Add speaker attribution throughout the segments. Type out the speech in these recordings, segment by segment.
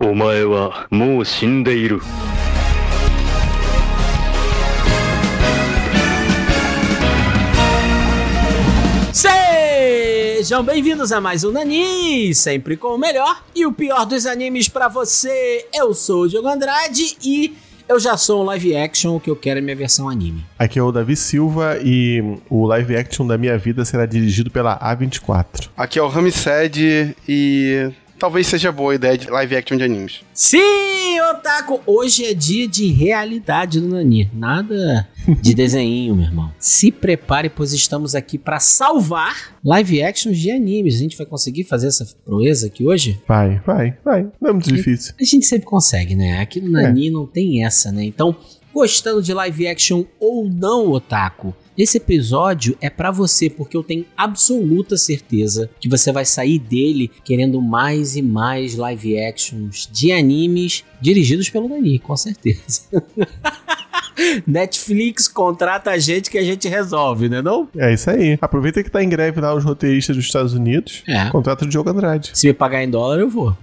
Speaker 1: お前はもう死んでいる。
Speaker 2: Sejam bem-vindos a mais um Nani, sempre com o melhor e o pior dos animes pra você. Eu sou o Diogo Andrade e eu já sou um live action, o que eu quero é minha versão anime.
Speaker 3: Aqui é o Davi Silva e o live action da minha vida será dirigido pela A24.
Speaker 4: Aqui é o Ramsed e talvez seja boa a ideia de live action de animes.
Speaker 2: Sim, Otaku! Hoje é dia de realidade do Nani. Nada de desenho, meu irmão. Se prepare, pois estamos aqui para salvar live actions de animes. A gente vai conseguir fazer essa proeza aqui hoje?
Speaker 3: Vai, vai, vai. Não é muito difícil.
Speaker 2: A gente sempre consegue, né? Aqui
Speaker 4: É.
Speaker 2: no Nani não tem essa, né? Então, gostando de live action ou não, Otaku, esse episódio é pra você, porque eu tenho absoluta certeza que você vai sair dele querendo mais e mais live actions de animes dirigidos pelo Nani, com certeza. Netflix contrata a gente que a gente resolve, né não?
Speaker 3: É isso aí. Aproveita que tá em greve lá os roteiristas dos Estados Unidos.
Speaker 2: É.
Speaker 3: Contrata o Diogo Andrade.
Speaker 2: Se me pagar em dólar, eu vou.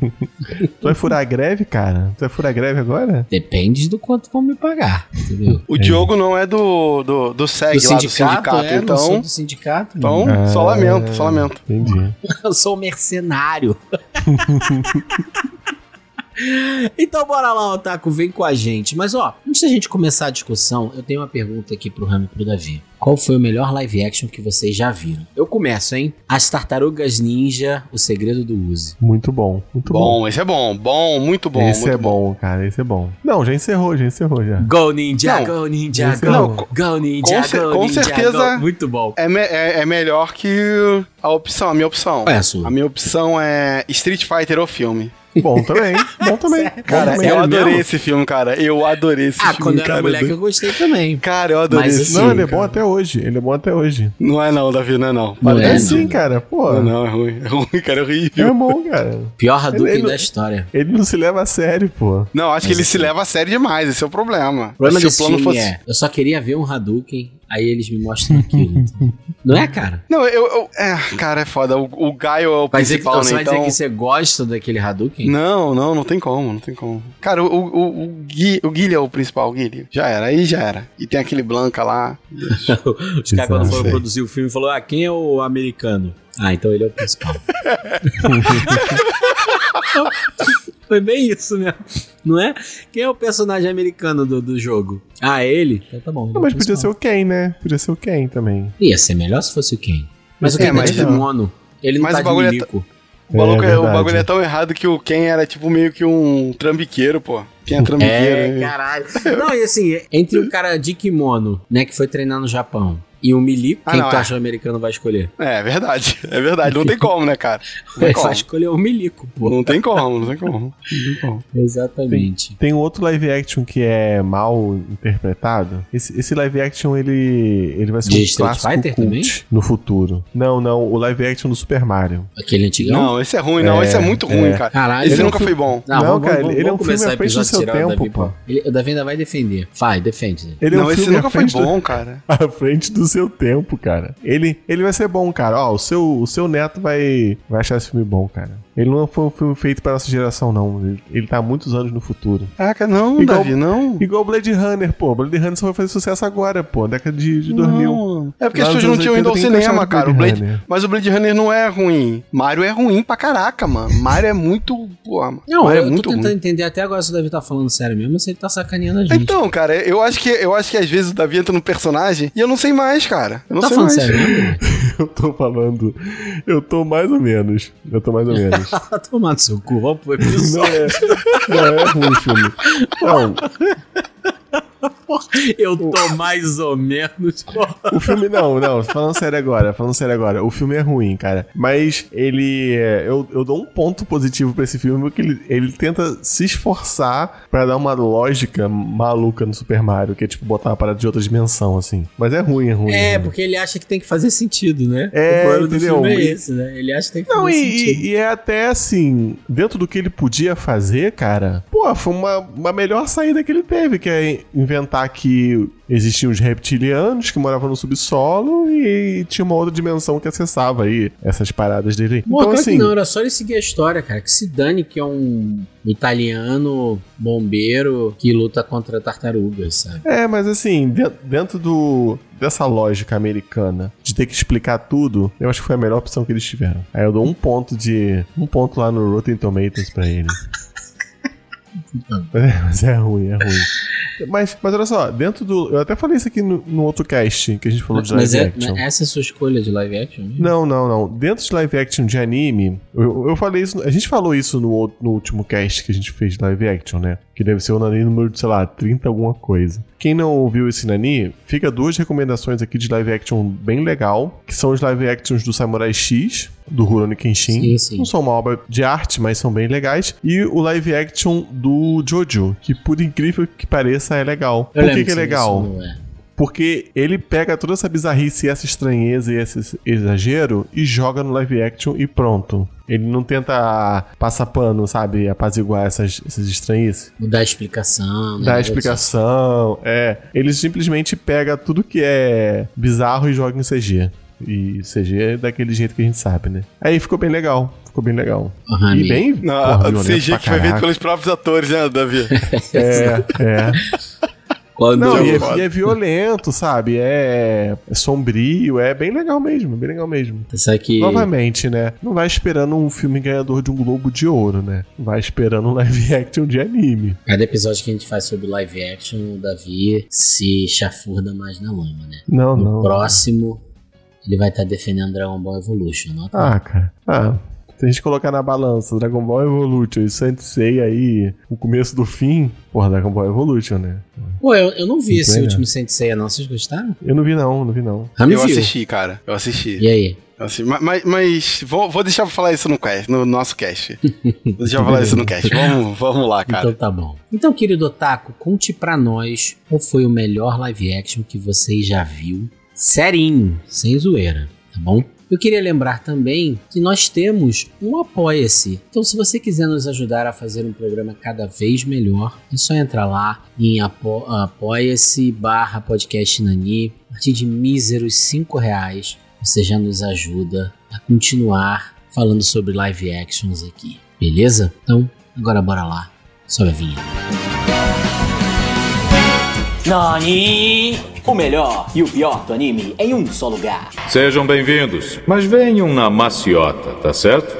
Speaker 3: Tu vai furar a greve, cara? Tu vai furar a greve agora?
Speaker 2: Depende do quanto vão me pagar, entendeu?
Speaker 4: O Diogo não é do, do, do SEG lá do sindicato,
Speaker 2: é, não sou
Speaker 4: então.
Speaker 2: do sindicato.
Speaker 4: Então,
Speaker 3: Hum.
Speaker 4: só
Speaker 3: Ah,
Speaker 4: lamento, só lamento.
Speaker 3: Entendi.
Speaker 2: Eu sou um mercenário. então bora lá, Otaku, vem com a gente. Mas ó, antes da gente começar a discussão, eu tenho uma pergunta aqui pro Rami e pro Davi. Qual foi o melhor live action que vocês já viram? Eu começo, hein? As Tartarugas Ninja, O Segredo do Uzi.
Speaker 3: Muito bom, muito bom.
Speaker 4: Bom, esse é bom, bom, muito bom.
Speaker 3: esse
Speaker 4: muito
Speaker 3: é bom, cara, esse é bom. Não, já encerrou, já encerrou já.
Speaker 2: Go Ninja,
Speaker 4: Não,
Speaker 2: Go Ninja,
Speaker 3: esse
Speaker 2: Go!
Speaker 4: não, co-
Speaker 2: go Ninja,
Speaker 4: com cer-
Speaker 2: Go
Speaker 4: com
Speaker 2: Ninja,
Speaker 4: certeza-
Speaker 2: Go. Muito bom.
Speaker 4: É, me- é- é melhor que a opção, a minha opção.
Speaker 2: Qual é a sua?
Speaker 4: A minha opção é Street Fighter ou filme.
Speaker 3: Bom também, bom também.
Speaker 2: Cara,
Speaker 3: bom também.
Speaker 4: eu
Speaker 2: mesmo?
Speaker 4: adorei esse filme, cara. Eu adorei esse
Speaker 2: Ah,
Speaker 4: filme.
Speaker 2: quando eu era
Speaker 4: cara. é
Speaker 2: moleque eu gostei também.
Speaker 4: Cara, eu adorei
Speaker 2: Mas
Speaker 4: esse
Speaker 2: esse-
Speaker 3: Não, ele é
Speaker 4: cara.
Speaker 3: bom até hoje, ele é bom até hoje.
Speaker 4: Não é não, Davi, não é não.
Speaker 2: Não
Speaker 4: Para
Speaker 2: É,
Speaker 3: É,
Speaker 4: de-
Speaker 3: sim,
Speaker 2: não.
Speaker 3: cara, pô.
Speaker 4: Não, não, é ruim. É ruim, cara, é horrível.
Speaker 3: É bom, cara.
Speaker 4: É
Speaker 2: Pior Hadouken
Speaker 3: Ele-
Speaker 2: da história.
Speaker 3: Ele não se leva a sério, pô.
Speaker 4: Não, acho que ele se leva a sério demais, esse é o problema.
Speaker 2: O problema
Speaker 4: Se
Speaker 2: desse filme é, eu só queria ver um Hadouken, aí eles me mostram aquilo. entendeu? Não é, cara?
Speaker 4: Não, eu, eu- É, cara, é foda. O, o Gaio é o
Speaker 2: Vai dizer que,
Speaker 4: principal,
Speaker 2: você
Speaker 4: né?
Speaker 2: vai dizer
Speaker 4: Então.
Speaker 2: que você gosta daquele Hadouken?
Speaker 4: Não, não, não tem como, não tem como. Cara, o, o, o, Gui, o Guilherme é o principal, o Guilherme. Já era, aí já era. E tem aquele Blanca lá.
Speaker 2: Então, Os caras, quando
Speaker 3: Exato.
Speaker 2: foram
Speaker 4: Sei.
Speaker 2: produzir o filme, falou: Ah, quem é o americano? Ah, então ele é o principal. Foi bem isso mesmo, não é? Quem é o personagem americano do, do jogo? Ah, ele? Então tá bom. ele é
Speaker 3: Não,
Speaker 2: o
Speaker 3: mas podia ser
Speaker 2: principal.
Speaker 3: o Ken, né? Podia ser o Ken também.
Speaker 2: Ia ser melhor se fosse o Ken. Mas o
Speaker 4: É,
Speaker 2: Ken tá
Speaker 4: mas
Speaker 2: de
Speaker 4: não.
Speaker 2: kimono. Ele não
Speaker 4: Mas
Speaker 2: tá
Speaker 4: o bagulho
Speaker 2: de
Speaker 4: é
Speaker 2: milico.
Speaker 4: O, maluco é- o
Speaker 3: verdade.
Speaker 4: bagulho é tão errado que o Ken era tipo meio que um trambiqueiro, pô. Quem é trambiqueiro?
Speaker 2: É,
Speaker 4: né?
Speaker 2: caralho. Não, e assim, entre o cara de kimono, né, que foi treinar no Japão, e o milico,
Speaker 4: Ah,
Speaker 2: quem
Speaker 4: não,
Speaker 2: tu
Speaker 4: é.
Speaker 2: acha que o americano vai escolher?
Speaker 4: é, é verdade, é verdade. Não tem como, né, cara? Não tem
Speaker 2: Ele vai
Speaker 4: como.
Speaker 2: escolher o milico, pô.
Speaker 4: Não tem como, não tem como. Não tem como.
Speaker 2: Exatamente.
Speaker 3: Tem um outro live action que é mal interpretado. Esse, esse live action, ele, ele vai ser
Speaker 2: De
Speaker 3: um
Speaker 2: Street
Speaker 3: clássico
Speaker 2: Fighter
Speaker 3: cult
Speaker 2: também?
Speaker 3: no futuro. Não, não, o live action do Super Mario.
Speaker 2: Aquele antigão?
Speaker 4: Não, esse é ruim, não.
Speaker 3: É,
Speaker 4: esse é muito ruim,
Speaker 3: é.
Speaker 4: cara.
Speaker 2: Caralho.
Speaker 4: Esse
Speaker 2: ele
Speaker 4: nunca
Speaker 2: é um
Speaker 4: foi bom.
Speaker 2: Não,
Speaker 3: Não,
Speaker 2: vamos,
Speaker 3: cara,
Speaker 2: vamos,
Speaker 3: ele é um
Speaker 2: vamos começar
Speaker 3: filme à
Speaker 2: o
Speaker 3: frente do
Speaker 2: episódio
Speaker 3: seu
Speaker 2: tirando o Davi,
Speaker 3: tempo,
Speaker 2: pô. Ele- o Davi ainda vai defender. Vai, defende. né?
Speaker 3: Ele é um
Speaker 4: Não, esse
Speaker 3: filme à
Speaker 4: nunca foi
Speaker 3: frente do-
Speaker 4: bom, cara.
Speaker 3: à frente do seu tempo, cara. Ele, ele vai ser bom, cara. Ó, o seu, o seu neto vai, vai achar esse filme bom, cara. Ele não foi um filme feito pra nossa geração, não. Ele, ele tá há muitos anos no futuro.
Speaker 4: Caraca, não,
Speaker 3: Igual-
Speaker 4: Davi, não.
Speaker 3: Igual Blade Runner, pô. Blade Runner só vai fazer sucesso agora, pô. Década de, de 2000.
Speaker 4: Não. É porque as
Speaker 3: Lá nos
Speaker 4: pessoas não
Speaker 3: anos
Speaker 4: tinham ido
Speaker 3: 80
Speaker 4: ao
Speaker 3: tem que
Speaker 4: cinema,
Speaker 3: achar
Speaker 4: cara. O
Speaker 3: Blade
Speaker 4: Blade...
Speaker 3: Runner.
Speaker 4: Mas o Blade Runner não é ruim. Mario é ruim pra caraca, mano. Mario é muito. Porra, mano.
Speaker 2: Não,
Speaker 4: Mario
Speaker 2: eu
Speaker 4: é muito
Speaker 2: tô tentando
Speaker 4: ruim.
Speaker 2: entender até agora se o Davi tá falando sério mesmo, se ele tá sacaneando a gente.
Speaker 4: Então, cara, eu acho que eu acho que às vezes o Davi entra no personagem e eu não sei mais, cara. Eu não
Speaker 2: tá
Speaker 4: sei
Speaker 2: falando
Speaker 4: mais.
Speaker 2: sério mesmo?
Speaker 3: Eu tô falando. Eu tô mais ou menos. Eu tô mais ou menos.
Speaker 2: Tá tomando seu cu, vamos pro episódio.
Speaker 3: não é. Não é ruim o filme. Não,
Speaker 2: Eu tô mais ou menos.
Speaker 3: O filme não, não, falando sério agora, falando sério agora, o filme é ruim, cara. Mas ele. é, Eu, eu dou um ponto positivo pra esse filme, porque ele, ele tenta se esforçar pra dar uma lógica maluca no Super Mario, que é tipo botar uma parada de outra dimensão, assim. Mas é ruim, é ruim.
Speaker 2: É,
Speaker 3: ruim.
Speaker 2: porque ele acha que tem que fazer sentido, né? o
Speaker 3: É,
Speaker 2: problema
Speaker 3: entendeu?
Speaker 2: do filme é
Speaker 3: E-
Speaker 2: esse, né? Ele acha que tem que
Speaker 3: Não,
Speaker 2: fazer
Speaker 3: e-
Speaker 2: sentido.
Speaker 3: e, e é até assim, dentro do que ele podia fazer, cara, pô, foi uma, uma melhor saída que ele teve, que é inventar contar que existiam os reptilianos que moravam no subsolo e tinha uma outra dimensão que acessava aí essas paradas dele.
Speaker 2: Pô,
Speaker 3: então,
Speaker 2: claro
Speaker 3: assim,
Speaker 2: que não, era só ele seguir a história, cara. Que se dane que é um italiano bombeiro que luta contra tartarugas, sabe?
Speaker 3: É, mas assim, de- dentro do, dessa lógica americana de ter que explicar tudo, eu acho que foi a melhor opção que eles tiveram. Aí eu dou um ponto de. um ponto lá no Rotten Tomatoes pra ele. É, mas é ruim, é ruim. Mas, mas olha só, dentro do. Eu até falei isso aqui no, no outro cast que a gente falou de live
Speaker 2: Mas é-
Speaker 3: action.
Speaker 2: essa é a sua escolha de live action? né?
Speaker 3: Não, não, não. Dentro de live action de anime, eu, eu falei isso. A gente falou isso no, outro- no último cast que a gente fez de live action, né? Que deve ser o Nani número, sei lá, 30 alguma coisa. Quem não ouviu esse Nani, fica duas recomendações aqui de live action bem legal, que são os live actions do Samurai X, do Rurouni Kenshin.
Speaker 2: Sim, sim.
Speaker 3: Não são uma obra de arte, mas são bem legais. E o live action do Jojo, que por incrível que pareça é legal.
Speaker 2: Eu
Speaker 3: por
Speaker 2: lembro
Speaker 3: que, que é
Speaker 2: disso,
Speaker 3: legal?
Speaker 2: não é?
Speaker 3: Porque ele pega toda essa bizarrice, essa estranheza e esse exagero e joga no live action e pronto. Ele não tenta passar pano, sabe? Apaziguar essas, essas estranhices.
Speaker 2: Não dá a explicação. né?
Speaker 3: Dá explicação, é. Ele simplesmente pega tudo que é bizarro e joga em CG. E CG é daquele jeito que a gente sabe, né? Aí ficou bem legal. Ficou bem legal.
Speaker 2: Aham,
Speaker 3: E bem.
Speaker 4: Não,
Speaker 3: porra, violento
Speaker 4: sei
Speaker 3: pra
Speaker 4: gente que foi feito
Speaker 3: caraca.
Speaker 4: pelos próprios atores, né, Davi?
Speaker 2: Tá
Speaker 3: É, é.
Speaker 2: Quando
Speaker 3: Não,
Speaker 4: Não,
Speaker 3: e
Speaker 4: eu
Speaker 3: é,
Speaker 4: gosto.
Speaker 3: e é violento, sabe? É, é sombrio, é bem legal mesmo, bem legal mesmo.
Speaker 2: Só que
Speaker 3: Novamente, né? Não vai esperando um filme ganhador de um Globo de Ouro, né? Vai esperando um live action de anime.
Speaker 2: cada episódio que a gente faz sobre live action, o Davi se chafurda mais na lama, né?
Speaker 3: Não,
Speaker 2: No
Speaker 3: não.
Speaker 2: próximo, ele vai estar defendendo Dragon Ball Evolution. tá? Nota
Speaker 3: Ah, cara. Ah. Se a gente colocar na balança Dragon Ball Evolution e Sensei aí, o começo do fim, porra, Dragon Ball Evolution, né?
Speaker 2: Pô, eu, eu não vi
Speaker 3: Muito
Speaker 2: esse
Speaker 3: legal.
Speaker 2: último Saint Seiya, não. Vocês gostaram?
Speaker 3: Eu não vi não, não vi não.
Speaker 2: Rami
Speaker 4: Eu
Speaker 2: viu.
Speaker 4: assisti, cara. Eu assisti.
Speaker 2: E aí?
Speaker 4: Eu assisti. Ma- Mas, mas vou, vou deixar pra falar isso no cast, no nosso cast. Vou deixar pra falar isso no cast. Vamos, vamos lá, cara.
Speaker 2: Então tá bom. Então, querido Otaku, conte pra nós qual foi o melhor live action que você já viu. Serinho, sem zoeira, tá bom? Eu queria lembrar também que nós temos um Apoia-se. Então, se você quiser nos ajudar a fazer um programa cada vez melhor, é só entrar lá em apo- apoia-se barra podcast Nani. A partir de míseros 5 reais, você já nos ajuda a continuar falando sobre live actions aqui, beleza? Então, agora bora lá. Sobe a vinheta.
Speaker 5: Nani! O melhor e o pior do anime em um só lugar.
Speaker 6: Sejam bem-vindos, mas venham na maciota, tá certo?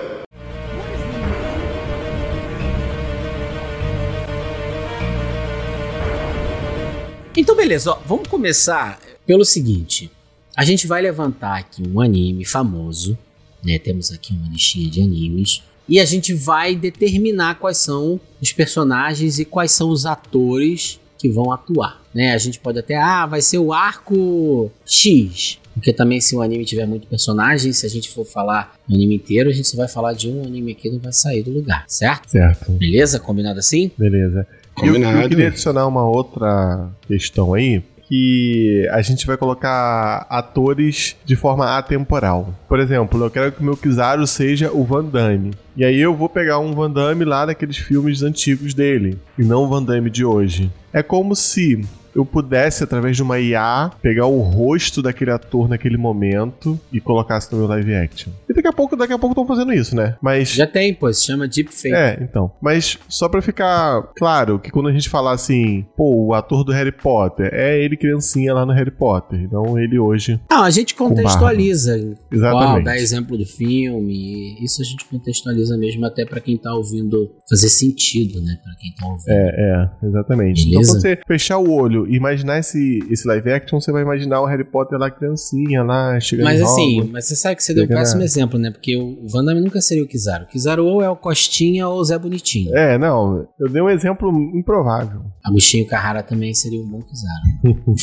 Speaker 2: Então, beleza, ó, vamos começar pelo seguinte: a gente vai levantar aqui um anime famoso, né? Temos aqui uma listinha de animes. E a gente vai determinar quais são os personagens e quais são os atores que vão atuar. Né? A gente pode até, ah, vai ser o arco X. Porque também se o anime tiver muito personagem, se a gente for falar o anime inteiro, a gente só vai falar de um anime aqui, não vai sair do lugar, certo?
Speaker 3: Certo.
Speaker 2: Beleza? Combinado assim?
Speaker 3: Beleza. E eu, eu queria adicionar uma outra questão aí, que a gente vai colocar atores de forma atemporal. Por exemplo, eu quero que o meu Kizaru seja o Van Damme. E aí eu vou pegar um Van Damme lá daqueles filmes antigos dele, e não o Van Damme de hoje. É como se eu pudesse, através de uma IA, pegar o rosto daquele ator naquele momento e colocasse no meu live action. E daqui a pouco, daqui a pouco estão fazendo isso, né? Mas
Speaker 2: Já tem, pô, se chama Deepfake.
Speaker 3: é, então. Mas só pra ficar claro que quando a gente falar assim, pô, o ator do Harry Potter, é ele criancinha lá no Harry Potter. Então ele hoje.
Speaker 2: Não, a gente
Speaker 3: barba.
Speaker 2: contextualiza Qual,
Speaker 3: Exatamente.
Speaker 2: dá exemplo do filme. e Isso a gente contextualiza mesmo até pra quem tá ouvindo fazer sentido, né? Pra quem tá ouvindo.
Speaker 3: É, é, exatamente. Então
Speaker 2: Beleza.
Speaker 3: quando você fechar o olho e imaginar esse, esse live action, você vai imaginar o Harry Potter lá criancinha, lá chegando
Speaker 2: Mas
Speaker 3: em
Speaker 2: assim,
Speaker 3: Hogwarts.
Speaker 2: mas você sabe que você deu o
Speaker 3: Chega na-
Speaker 2: próximo exemplo, né? Porque o Van Damme nunca seria o Kizaru. O Kizaru ou é o Costinha ou o Zé Bonitinho.
Speaker 3: É, não, eu dei um exemplo improvável.
Speaker 2: A Mushinho Carrara também seria um bom Kizaru.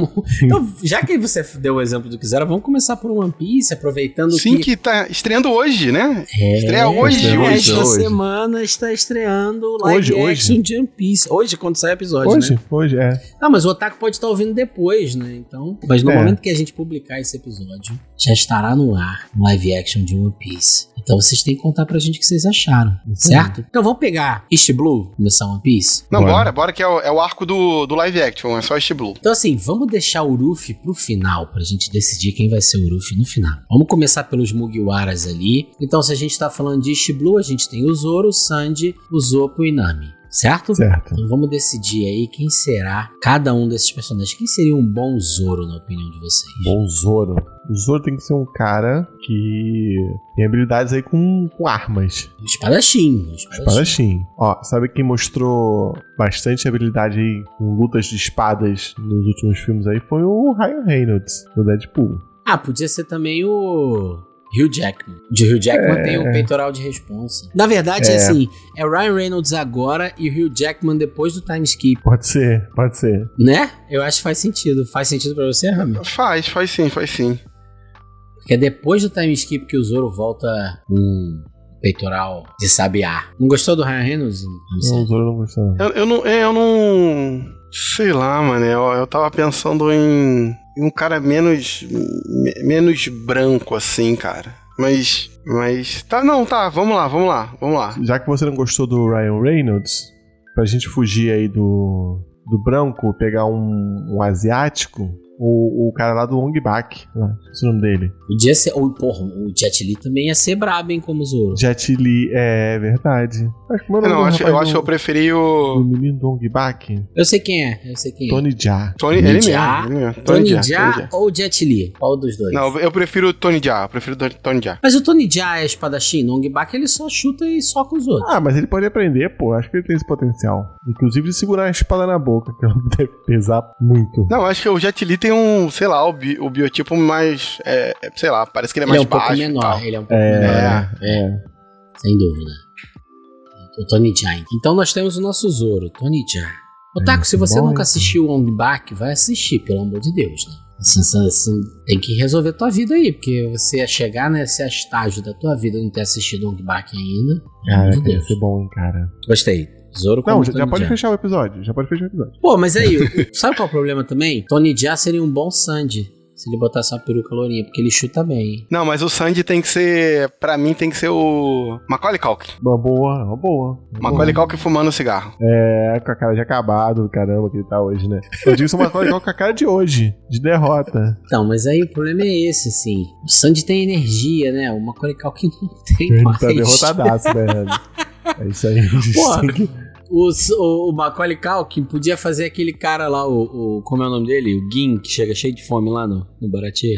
Speaker 2: vamos. Então, já que você deu o exemplo do Kizaru, vamos começar por One Piece, aproveitando
Speaker 4: Sim,
Speaker 2: que.
Speaker 4: que tá estreando hoje, né?
Speaker 2: É,
Speaker 4: estreia hoje, né?
Speaker 2: estreia
Speaker 4: hoje,
Speaker 2: Esta
Speaker 3: hoje.
Speaker 2: semana está estreando live
Speaker 3: Hoje,
Speaker 2: action de One Piece. Hoje, quando sai o episódio, né?
Speaker 3: Hoje, hoje, é.
Speaker 2: Não, Ah, mas o Otaku pode estar ouvindo depois, né? Então. Mas no
Speaker 3: É.
Speaker 2: momento que a gente publicar esse episódio, já estará no ar um live action de One Piece. Então vocês têm que contar pra gente o que vocês acharam, certo? Então vamos pegar East Blue, começar One Piece.
Speaker 4: Não,
Speaker 3: Bora.
Speaker 4: bora, bora, que é o, é o arco do, do live action, é só este Blue.
Speaker 2: Então, assim, vamos deixar o Luffy pro final, pra gente decidir quem vai ser o Luffy no final. Vamos começar pelos Mugiwaras ali. Então, se a gente tá falando de East Blue, a gente tem o Zoro, o Sanji, o Zoppo e o Nami. Certo?
Speaker 3: Certo.
Speaker 2: Então vamos decidir aí quem será cada um desses personagens. Quem seria um bom Zoro, na opinião de vocês?
Speaker 3: Bom Zoro. O Zoro tem que ser um cara que tem habilidades aí com, com armas.
Speaker 2: Um espadachim. um espadachim.
Speaker 3: Espadachim. Ó, sabe quem mostrou bastante habilidade aí com lutas de espadas nos últimos filmes aí? Foi o Ryan Reynolds, do Deadpool.
Speaker 2: Ah, podia ser também o Hugh Jackman. De Hugh Jackman tem o peitoral de responsa. Na verdade, é.
Speaker 3: É.
Speaker 2: assim, é Ryan Reynolds agora e Hugh Jackman depois do time skip,
Speaker 3: Pode ser, pode ser.
Speaker 2: né? Eu acho que faz sentido. Faz sentido pra você, Rami?
Speaker 4: Faz, faz sim, faz sim.
Speaker 2: Porque é depois do time skip que o Zoro volta um peitoral de sabiá. Não gostou do Ryan Reynolds? Não
Speaker 3: Não,
Speaker 2: sei.
Speaker 3: o Zoro não gostou. não.
Speaker 4: Eu, eu não. é, Eu não. Sei lá, mano. Eu, eu tava pensando em, em um cara menos. me- menos branco, assim, cara. Mas. Mas. Tá, não, tá. Vamos lá, vamos lá, vamos lá.
Speaker 3: Já que você não gostou do Ryan Reynolds, pra gente fugir aí do, do branco, pegar um, um asiático, o, o cara lá do Long Bak, lá, esse é o nome dele.
Speaker 2: Podia ser. Ou, porra, o Jet Li também ia ser brabo, hein, como Zoro.
Speaker 3: Jet Li, é verdade. Acho que o meu
Speaker 4: Eu
Speaker 3: nome
Speaker 4: não,
Speaker 3: do
Speaker 4: acho,
Speaker 3: rapaz
Speaker 4: eu acho que
Speaker 3: do-
Speaker 4: eu preferi
Speaker 3: do
Speaker 4: o.
Speaker 3: menino do Long Bak,
Speaker 2: Eu sei quem é, eu sei quem é.
Speaker 3: Tony Jaa.
Speaker 4: Tony. Ele mesmo.
Speaker 2: Já.
Speaker 4: Ele mesmo
Speaker 2: Tony
Speaker 4: Jaa, Tony
Speaker 2: Jaa
Speaker 4: Jaa.
Speaker 2: ou Jet Li? Qual dos dois?
Speaker 4: Não, eu prefiro o Tony Jaa. Eu prefiro o Tony- Tony Jaa.
Speaker 2: Mas o Tony Jaa é espadachim, no Ongbak ele só chuta e soca os outros.
Speaker 3: Ah, mas ele pode aprender, pô. Acho que ele tem esse potencial. Inclusive de segurar a espada na boca, que ela deve pesar muito.
Speaker 4: Não, acho que o Jet Li tem um, sei lá, o, bi- o biotipo mais. é, é, sei lá, parece que ele é
Speaker 2: ele é
Speaker 4: mais
Speaker 2: um pouco
Speaker 4: baixo. e
Speaker 2: menor,
Speaker 4: tal.
Speaker 2: ele é um pouco
Speaker 3: É.
Speaker 2: menor. É, sem dúvida. O Tony Jaa. Então nós temos o nosso Zoro, Tony Jaa. Ô, Taco, se você
Speaker 3: É, bom,
Speaker 2: nunca
Speaker 3: hein?
Speaker 2: assistiu o Ongbak, vai assistir, pelo amor de Deus, né? Assim, assim, assim, tem que resolver tua vida aí, porque você ia chegar nesse estágio da tua vida e não ter assistido o Ongbak ainda. Pelo amor
Speaker 3: Cara,
Speaker 2: de
Speaker 3: que ia
Speaker 2: Deus.
Speaker 3: é, ser bom, hein, cara.
Speaker 2: Gostei. Zoro como
Speaker 3: Não, já, já
Speaker 2: Tony
Speaker 3: pode
Speaker 2: Jaa.
Speaker 3: fechar o episódio. Já pode fechar o episódio.
Speaker 2: Pô, mas aí, o- sabe qual é o problema também? Tony Jaa seria um bom Sandy se ele botasse uma peruca lourinha, porque ele chuta bem. hein?
Speaker 4: Não, mas o Sandy tem que ser. Pra mim tem que ser o. Macaulay Culkin.
Speaker 2: Uhum.
Speaker 3: Uma boa, uma boa. Uma
Speaker 4: Macaulay Culkin fumando cigarro.
Speaker 3: É, com a cara de acabado, do caramba, que ele tá hoje, né? Eu digo isso uma coisa igual com a cara de hoje, de derrota.
Speaker 2: Então, mas aí o problema é esse, assim. O Sandy tem energia, né? O Macaulay Culkin não tem
Speaker 3: Ele
Speaker 2: mais.
Speaker 3: tá derrotadaço, né? É isso aí.
Speaker 2: Porra. O, S- o, o Macaulay Culkin podia fazer aquele cara lá, o, o- como é o nome dele? O Gin, que chega cheio de fome lá no, no Baratie.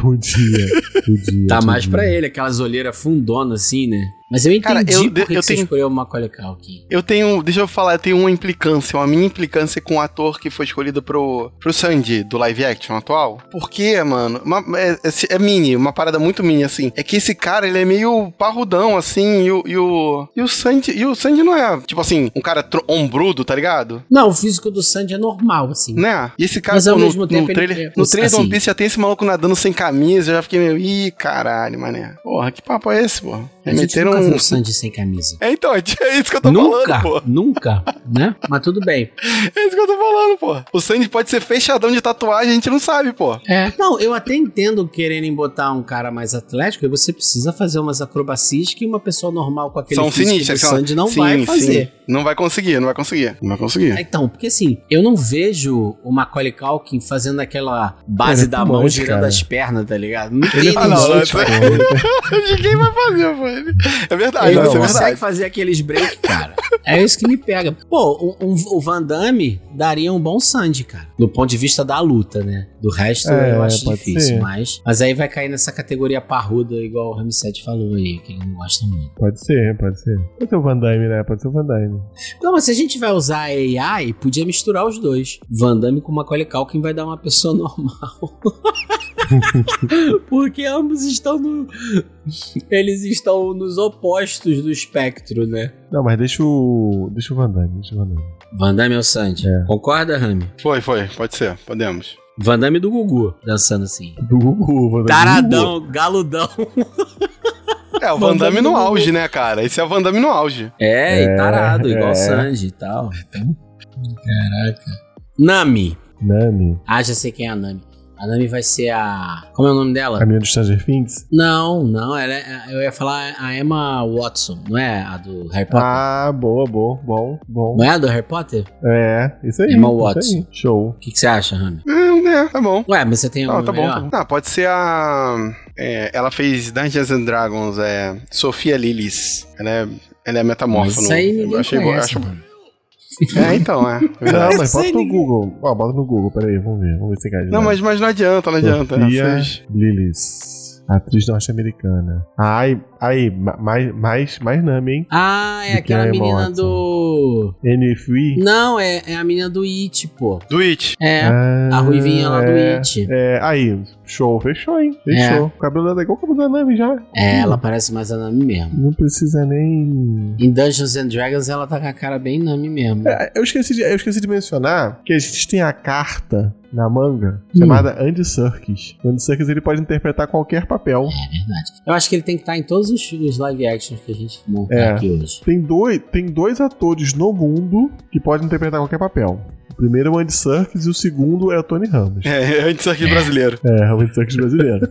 Speaker 3: Podia, podia.
Speaker 2: Tá mais pra ele, aquelas olheiras fundonas assim, né? Mas eu entendi
Speaker 4: Cara, eu-
Speaker 2: por que
Speaker 4: eu
Speaker 2: que você
Speaker 4: tenho-
Speaker 2: escolheu o Macaulay Culkin.
Speaker 4: Eu tenho. Deixa eu falar, eu tenho uma implicância, uma minha implicância com o ator que foi escolhido pro, pro Sandy do live action atual. Por quê, mano? Uma- é, é- é mini, uma parada muito mini, assim. É que esse cara, ele é meio parrudão, assim, e o. E o, e o Sandy. E o Sandy não é, tipo assim, um cara tro- ombrudo, tá ligado?
Speaker 2: Não, o físico do Sandy é normal, assim.
Speaker 4: Né? E esse cara,
Speaker 2: Mas ao
Speaker 4: pô, no,
Speaker 2: mesmo
Speaker 4: no
Speaker 2: tempo ele-
Speaker 4: trailer,
Speaker 2: é,
Speaker 4: no trailer do
Speaker 2: assim-
Speaker 4: One Piece já tem esse maluco nadando sem camisa, eu já fiquei meio, ih, caralho, mané. Porra, que papo é esse, porra?
Speaker 2: A gente
Speaker 4: Meteram
Speaker 2: nunca viu
Speaker 4: um...
Speaker 2: o Sandy sem camisa.
Speaker 4: É, então, é isso que eu tô
Speaker 2: nunca,
Speaker 4: falando, pô.
Speaker 2: nunca, né? Mas tudo bem.
Speaker 4: É isso que eu tô falando, pô. O Sandy pode ser fechadão de tatuagem, a gente não sabe, pô.
Speaker 2: É. Não, eu até entendo quererem botar um cara mais atlético, e você precisa fazer umas acrobacias que uma pessoa normal com aquele
Speaker 4: São
Speaker 2: físico
Speaker 4: sinistras.
Speaker 2: do
Speaker 4: são-
Speaker 2: Sandy não vai fazer.
Speaker 4: Sim. Não vai conseguir, não vai conseguir. Não vai conseguir.
Speaker 2: Então, porque assim, eu não vejo o Macaulay Culkin fazendo aquela base
Speaker 3: Ele é
Speaker 2: da mão
Speaker 3: fumante,
Speaker 2: girando
Speaker 3: cara.
Speaker 2: as pernas, tá ligado? Não tem
Speaker 3: Ele é
Speaker 4: Ah, não, não,
Speaker 2: energia.
Speaker 3: fumante, pô.
Speaker 4: Ninguém vai fazer, pô. É verdade,
Speaker 2: Ele
Speaker 4: isso
Speaker 2: Ah, não
Speaker 4: é
Speaker 2: consegue
Speaker 4: verdade.
Speaker 2: fazer aqueles break, cara. É isso que me pega. Pô, um- um- o Van Damme daria um bom Sandy, cara. Do ponto de vista da luta, né? Do resto
Speaker 3: É,
Speaker 2: eu acho
Speaker 3: pode
Speaker 2: difícil,
Speaker 3: ser.
Speaker 2: mas. Mas aí vai cair nessa categoria parruda, igual o Ramsed falou aí, que ele não gosta muito.
Speaker 3: Pode ser, pode ser. Pode ser o Van Damme, né? Pode ser o Van Damme.
Speaker 2: Não, Então, mas se a gente vai usar AI, podia misturar os dois. Van Damme com Macaulay Culkin vai dar uma pessoa normal. Porque ambos estão no. Eles estão nos opostos do espectro, né?
Speaker 3: Não, mas deixa o. Deixa o Van Damme, deixa o Van Damme.
Speaker 2: Van Damme é o Sandy.
Speaker 3: É.
Speaker 2: Concorda, Rami?
Speaker 4: Foi, foi. Pode ser. Podemos.
Speaker 2: Van Damme é do Gugu, dançando assim.
Speaker 3: Do Gugu, Van Damme.
Speaker 2: Taradão, galudão.
Speaker 4: É, o Van Damme no auge, né, cara? Esse é o Van Damme no auge.
Speaker 2: É, e tarado, igual
Speaker 3: é.
Speaker 2: o Sandy e tal. Então, Caraca. Nami.
Speaker 3: Nani,
Speaker 2: Ah, já sei quem é a Nami. A Nami vai ser a. Como é o nome dela?
Speaker 3: a menina do Stranger Things.
Speaker 2: Não, não, ela é- eu ia falar a Emma Watson, não é a do Harry Potter?
Speaker 3: Ah, boa, boa, bom, bom.
Speaker 2: Não é a do Harry Potter?
Speaker 3: É, isso aí.
Speaker 2: Emma
Speaker 3: isso
Speaker 2: Watson.
Speaker 3: aí. Show.
Speaker 2: O que, que você acha, Rami?
Speaker 4: Hum, é, tá bom.
Speaker 2: Ué, mas você tem
Speaker 4: Ah,
Speaker 2: alguma
Speaker 4: tá bom,
Speaker 2: é melhor?
Speaker 4: tá bom. Ah, pode ser a. é, ela fez Dungeons and Dragons, é. Sofia Lillis. Ela é, ela é metamorfa.
Speaker 2: Mas isso aí
Speaker 4: no-
Speaker 2: ninguém
Speaker 4: achei bo-
Speaker 2: conhece,
Speaker 4: acho-
Speaker 2: mano.
Speaker 4: É, então, é.
Speaker 3: Não, mas
Speaker 2: Sem
Speaker 3: bota no
Speaker 2: ninguém.
Speaker 3: Google. Ó, bota no Google, peraí, vamos ver. Vamos ver se cai. de
Speaker 4: Não,
Speaker 3: novo.
Speaker 4: mas, mas não adianta, não adianta. Ela
Speaker 3: Sofia é
Speaker 4: fez-
Speaker 3: Lillis, atriz norte-americana. Ai, aí, ma- mais, mais, mais Nami, hein?
Speaker 2: Ah, é
Speaker 3: De
Speaker 2: aquela
Speaker 3: quem é a Emma
Speaker 2: menina
Speaker 3: Watson?
Speaker 2: do.
Speaker 3: NFI.
Speaker 2: Não, é, é a menina do It, pô.
Speaker 4: Do It.
Speaker 2: É,
Speaker 3: Ah,
Speaker 2: a ruivinha lá do
Speaker 3: é,
Speaker 2: It.
Speaker 3: É, aí, show, fechou, hein? Fechou. O cabelo da igual o cabelo da Nami já.
Speaker 2: É, ela parece mais a Nami mesmo.
Speaker 3: Não precisa nem.
Speaker 2: Em Dungeons and Dragons ela tá com a cara bem Nami mesmo.
Speaker 3: É, Eu esqueci, de, eu esqueci de mencionar que a gente tem a carta na manga
Speaker 2: Hum.
Speaker 3: chamada Andy Serkis. O Andy Serkis ele pode interpretar qualquer papel.
Speaker 2: verdade. Eu acho que ele tem que estar em todos os, os live actions que a gente montar
Speaker 3: É.
Speaker 2: aqui hoje.
Speaker 3: Tem dois, tem dois atores no mundo que podem interpretar qualquer papel. O primeiro é o Andy Serkis e o segundo é o Tony Ramos.
Speaker 4: É, antes aqui brasileiro.
Speaker 3: É, o Andy Serkis brasileiro.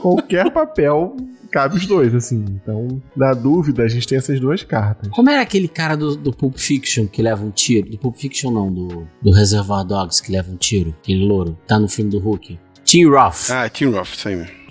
Speaker 3: qualquer papel cabe os dois, assim. Então, na dúvida, a gente tem essas duas cartas.
Speaker 2: Como era aquele cara do, do Pulp Fiction que leva um tiro? Do Pulp Fiction não, do, do Reservoir Dogs que leva um tiro. Aquele louro. Tá no filme do Hulk. Tim Roth.
Speaker 4: Ah, Tim Roth, isso aí mesmo.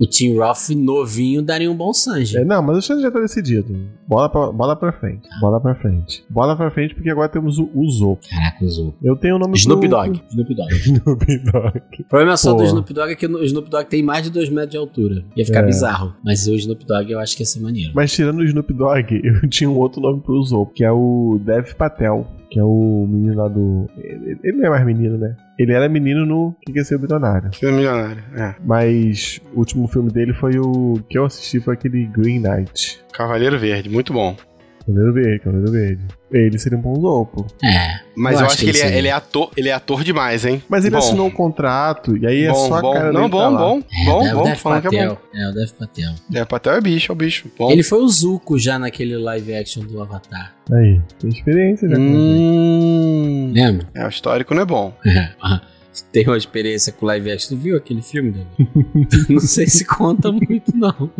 Speaker 2: O Tim Roth novinho daria um bom Sanji.
Speaker 3: É, não, mas o Xande já tá decidido. Bola pra, bola pra frente. Bola pra frente. Bola pra frente, porque agora temos o, o Zo.
Speaker 2: Caraca, o Zou.
Speaker 3: Eu tenho o nome
Speaker 2: Snoop
Speaker 3: do...
Speaker 2: Dogg. Snoop Dogg.
Speaker 3: Snoop Dogg.
Speaker 2: O problema só do
Speaker 3: Pô.
Speaker 2: Snoop Dogg é que o Snoop Dogg tem mais de 2 metros de altura. Ia ficar
Speaker 3: É.
Speaker 2: bizarro. Mas o Snoop Dogg eu acho que ia ser maneiro.
Speaker 3: Mas tirando o Snoop Dogg, eu tinha um outro nome pro Zo, que é o Dev Patel, que é o menino lá do... Ele, ele não é mais menino, né? Ele era menino no Que Quer Ser Bilionário.
Speaker 4: Filho milionário. É.
Speaker 3: Mas o último filme dele foi o... que eu assisti foi aquele Green Knight.
Speaker 4: Cavaleiro Verde, muito bom.
Speaker 3: Cavaleiro Verde, Cavaleiro Verde. Ele seria um bom Zo, pô.
Speaker 2: É.
Speaker 4: Mas eu, acho, que ele, é,
Speaker 2: seria.
Speaker 4: ele é ator, ele é ator demais, hein?
Speaker 3: Mas ele
Speaker 4: Bom.
Speaker 3: assinou um contrato, e aí é
Speaker 4: bom,
Speaker 3: só a
Speaker 4: bom.
Speaker 3: cara
Speaker 4: Não,
Speaker 3: dele tá
Speaker 4: bom,
Speaker 3: lá.
Speaker 4: bom,
Speaker 2: É,
Speaker 4: bom,
Speaker 2: deve-
Speaker 4: bom,
Speaker 2: deve
Speaker 4: falando que é bom.
Speaker 2: Patel. É, o Dev Patel.
Speaker 4: É, Patel é bicho, é o bicho. Bom.
Speaker 2: Ele foi o Zuko já naquele live action do Avatar.
Speaker 3: Aí, tem experiência, né?
Speaker 4: Hum.
Speaker 2: Lembra?
Speaker 4: É, o histórico não é bom.
Speaker 2: Tem uma experiência com live action. Tu viu aquele filme, Davi? não sei se conta muito, não.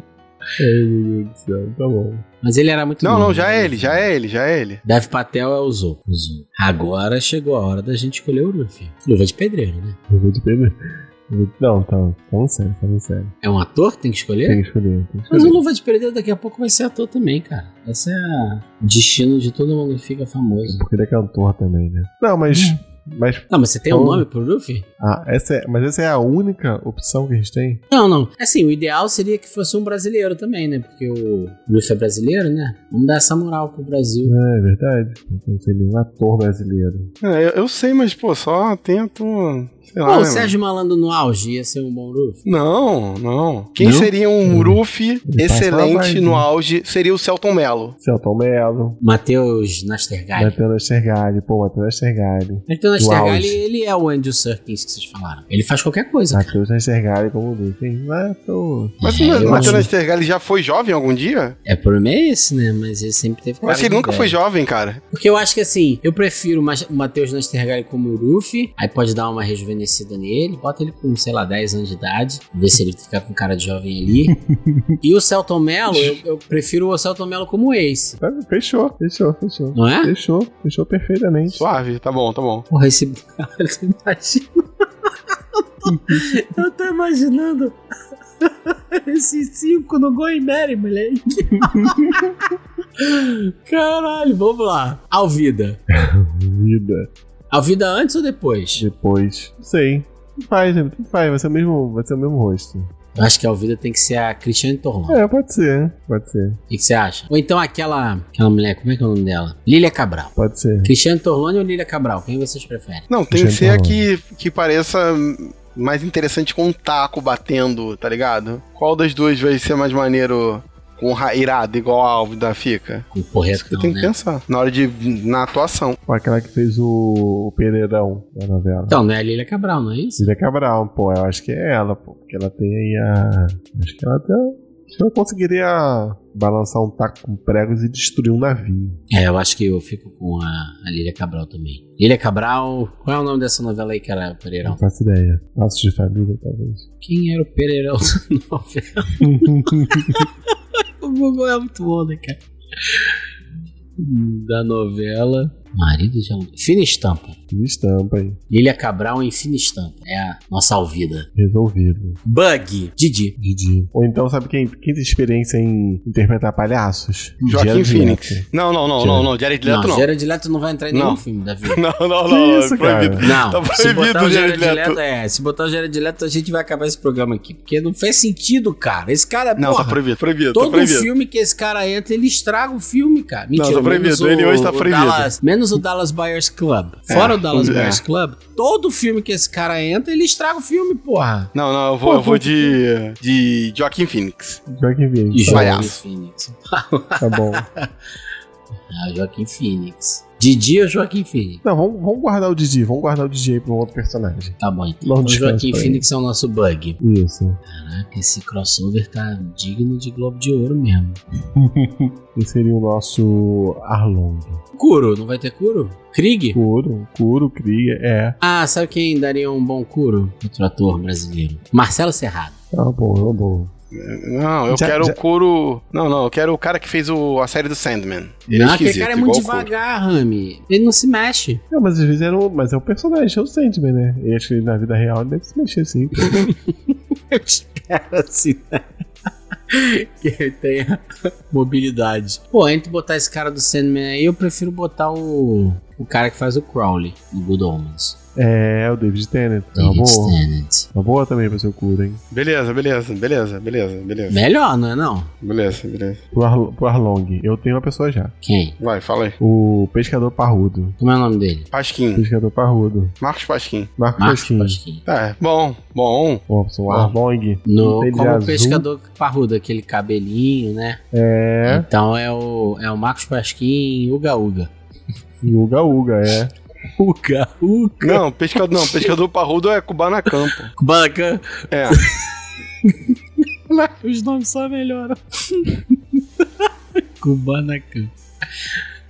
Speaker 4: É,
Speaker 3: Ai, meu Deus do céu, tá bom.
Speaker 2: Mas ele era muito
Speaker 4: Não,
Speaker 2: novo,
Speaker 4: não, já
Speaker 2: né?
Speaker 4: é ele, já é ele, já é ele.
Speaker 2: Dev Patel é o Zou. O Zou. Agora chegou a hora da gente escolher o Luffy. Luva de pedreiro, né?
Speaker 3: Eu vou te perder. Eu vou- Não, tá, falando sério, falando sério.
Speaker 2: É um ator que tem que escolher?
Speaker 3: Tem que escolher, tem que
Speaker 2: Mas o
Speaker 3: escolher.
Speaker 2: Luva de Pedreiro daqui a pouco vai ser ator também, cara. Esse é o destino de todo mundo que fica famoso.
Speaker 3: Porque ele é cantor também, né? Não, mas. Mas,
Speaker 2: Não, mas você tem um
Speaker 3: Então-
Speaker 2: nome pro Luffy?
Speaker 3: ah, essa é, mas essa é a única opção que a gente tem?
Speaker 2: Não, não. Assim, o ideal seria que fosse um brasileiro também, né? Porque o Luffy é brasileiro, né? Vamos dar essa moral pro Brasil.
Speaker 3: É, é verdade. Não tem nenhum ator brasileiro.
Speaker 4: É, eu, eu sei, mas, pô, só tento. Sei lá.
Speaker 2: Pô, é
Speaker 4: né,
Speaker 2: o Sérgio Malandro no auge ia ser um bom Luffy.
Speaker 4: mano? Não, não. Quem
Speaker 2: Não?
Speaker 4: seria um Ruffy
Speaker 3: Ele passa lá, vai,
Speaker 4: excelente no
Speaker 3: né?
Speaker 4: auge seria o Celton Mello.
Speaker 3: Celton Mello,
Speaker 2: Matheus Nastergalli.
Speaker 3: Matheus Nastergalli, pô, Matheus Nastergalli.
Speaker 2: Matheus
Speaker 3: No
Speaker 2: Nastergalli,
Speaker 3: auge.
Speaker 2: ele é o Andrew Serkins que vocês falaram. Ele faz qualquer coisa. cara.
Speaker 3: Matheus Nastergalli como Luffy. Matheus.
Speaker 4: Mas
Speaker 2: É,
Speaker 4: o
Speaker 2: eu
Speaker 4: Matheus
Speaker 2: acho-
Speaker 4: Nastergalli já foi jovem algum dia?
Speaker 2: É, por mim é esse, né? Mas ele sempre teve
Speaker 4: Eu
Speaker 2: cara
Speaker 4: acho que ele
Speaker 2: de
Speaker 4: nunca
Speaker 2: velho.
Speaker 4: foi jovem, cara.
Speaker 2: Porque eu acho que assim, eu prefiro o Mas- o Matheus Nastergalli como o Luffy, aí pode dar uma rejuvenescida nele, bota ele com, sei lá, 10 anos de idade, ver se ele fica com cara de jovem ali. e o Celton Mello, eu, eu prefiro o Celton Mello como Ace,
Speaker 3: Tá, Fechou, fechou, fechou.
Speaker 2: não é?
Speaker 3: Fechou, fechou perfeitamente.
Speaker 4: Suave, tá bom, tá bom.
Speaker 2: Porra, esse cara, tu imagina? Eu tô, eu tô imaginando esses cinco no Going Merry, moleque. Caralho, vamos lá. Alvida.
Speaker 3: Vida.
Speaker 2: Alvida antes ou depois?
Speaker 3: Depois. Não sei. Não faz, né? Não faz. Vai ser o mesmo, vai ser o mesmo rosto.
Speaker 2: Eu acho que a Alvida tem que ser a Cristiane Torlon.
Speaker 3: É, pode ser. Pode ser.
Speaker 2: O que que você acha? Ou então aquela, aquela mulher, como é que é o nome dela? Lília Cabral.
Speaker 3: Pode ser.
Speaker 2: Cristiane Torlone ou Lília Cabral? Quem vocês preferem?
Speaker 4: Não, tem que
Speaker 3: Gente,
Speaker 4: ser a
Speaker 3: não.
Speaker 4: que, que pareça mais interessante com um taco batendo, tá ligado? Qual das duas vai ser mais maneiro com ra- irado, igual a Alves da Fica?
Speaker 2: Com
Speaker 4: Isso que
Speaker 2: corretão,
Speaker 4: tem que
Speaker 2: né?
Speaker 4: pensar. Na hora de. na atuação.
Speaker 3: Ou aquela que fez o, o Pereirão da novela.
Speaker 2: Então, não é a Lília Cabral, não é isso?
Speaker 3: Cília Cabral, pô, eu acho que é ela, pô. Porque ela tem aí a. Acho que ela tem. Eu conseguiria balançar um taco com pregos e destruir um navio.
Speaker 2: É, eu acho que eu fico com a, a Lília Cabral também. Lília Cabral, qual é o nome dessa novela aí que era
Speaker 3: Não
Speaker 2: Pereirão?
Speaker 3: faço ideia. Laços de família, talvez.
Speaker 2: Quem era o Pereirão da novela? o Google é muito bom, né, cara? Da novela. Marido de Aluguel. Fina Estampa.
Speaker 3: Me estampa aí.
Speaker 2: Lília Cabral em Fina Estampa. É a nossa alvida.
Speaker 3: Resolvido.
Speaker 2: Bug. Didi.
Speaker 3: Didi. Ou então, sabe quem, quem tem experiência em interpretar palhaços?
Speaker 4: Joaquim
Speaker 3: Jared
Speaker 4: Phoenix.
Speaker 3: Leto.
Speaker 4: Não, não, não, não, não. Jared Leto
Speaker 2: não,
Speaker 4: não.
Speaker 2: Gerard Leto não vai entrar em nenhum
Speaker 4: Não.
Speaker 2: filme da vida.
Speaker 4: Não, não, não.
Speaker 3: Que
Speaker 4: não,
Speaker 3: isso,
Speaker 4: é proibido.
Speaker 3: cara?
Speaker 2: Não,
Speaker 4: Tá
Speaker 2: se
Speaker 4: proibido
Speaker 2: botar o
Speaker 4: o Jared
Speaker 2: Gerard Leto.
Speaker 4: Leto.
Speaker 2: é, se botar o Gerard Leto, a gente vai acabar esse programa aqui. Porque não faz sentido, cara. Esse cara,
Speaker 4: Não,
Speaker 2: porra,
Speaker 4: tá proibido, proibido, tá
Speaker 2: todo
Speaker 4: proibido.
Speaker 2: filme que esse cara entra, ele estraga o filme, cara. Mentira,
Speaker 4: tá proibido.
Speaker 2: menos o-
Speaker 4: Ele hoje tá
Speaker 2: o
Speaker 4: proibido.
Speaker 2: Dallas- menos o Dallas Buyers Club. Fora o Dallas
Speaker 4: é.
Speaker 2: Buyers Club, todo filme que esse cara entra, ele estraga o filme, porra.
Speaker 4: Não, não, eu vou, eu vou de. de Joaquim Phoenix.
Speaker 3: Joaquim Phoenix.
Speaker 4: E
Speaker 3: tá
Speaker 4: Joaquim. palhaço.
Speaker 2: Phoenix.
Speaker 3: bom, Tá bom.
Speaker 2: Ah, Joaquim Phoenix. Didi ou Joaquim Phoenix?
Speaker 3: Não, vamos, vamos guardar o Didi. Vamos guardar o Didi aí pra um outro personagem.
Speaker 2: Tá bom, então.
Speaker 3: Não
Speaker 2: o Joaquim
Speaker 3: descansa pra
Speaker 2: Phoenix é o nosso bug.
Speaker 3: Isso.
Speaker 2: Caraca, esse crossover tá digno de Globo de Ouro mesmo.
Speaker 3: Esse seria o nosso Arlong.
Speaker 2: Kuro, não vai ter Kuro? Krieg?
Speaker 3: Curo, Curo, Cria, é.
Speaker 2: Ah, sabe quem daria um bom Kuro? Outro ator brasileiro. Marcelo Serrado.
Speaker 3: É uma boa, é uma boa.
Speaker 4: Não, eu
Speaker 3: Já-
Speaker 4: quero
Speaker 3: já-
Speaker 4: o Kuro. Não, não, eu quero o cara que fez o- a série do Sandman. Ele
Speaker 2: não,
Speaker 4: é
Speaker 2: aquele
Speaker 4: esquisito,
Speaker 2: cara é muito
Speaker 4: igual o Kuro.
Speaker 2: devagar, Rami. Ele não se mexe.
Speaker 3: Não, mas às vezes era o, mas é o personagem, é o Sandman, né? E acho que ele, na vida real ele deve se mexer assim.
Speaker 2: Eu espero assim. que ele tenha mobilidade. Pô, entre botar esse cara do Sandman aí, eu prefiro botar o, o cara que faz o Crowley, no Good Omens.
Speaker 3: É, o David Tennant. É uma
Speaker 2: David
Speaker 3: boa.
Speaker 2: Tennant.
Speaker 3: Uma boa também pra ser o Curo, hein?
Speaker 4: Beleza, beleza, beleza, beleza, beleza.
Speaker 2: Melhor, não é não?
Speaker 4: Beleza, beleza.
Speaker 3: Pro, Ar, pro Arlong, eu tenho uma pessoa já.
Speaker 2: Quem?
Speaker 4: Vai, fala aí.
Speaker 3: O Pescador Parrudo.
Speaker 2: Como é o nome dele?
Speaker 4: Pasquim.
Speaker 3: Pescador Parrudo.
Speaker 4: Marcos Pasquim.
Speaker 3: Marco
Speaker 2: Marcos
Speaker 3: Pasquim.
Speaker 2: Pasquim.
Speaker 4: Tá, bom, bom.
Speaker 3: Robson, Arlong.
Speaker 2: No,
Speaker 3: Ele
Speaker 2: como
Speaker 3: é
Speaker 2: o pescador parrudo, aquele cabelinho, né?
Speaker 3: É.
Speaker 2: Então é o, é o Marcos Pasquim Uga Uga.
Speaker 3: E Uga Uga, é.
Speaker 2: Uga Uga.
Speaker 4: Não, pescador, não, pescador parrudo é Kubanacan, pô.
Speaker 2: Banca.
Speaker 4: É.
Speaker 2: Os nomes só melhoram. Cubanacan.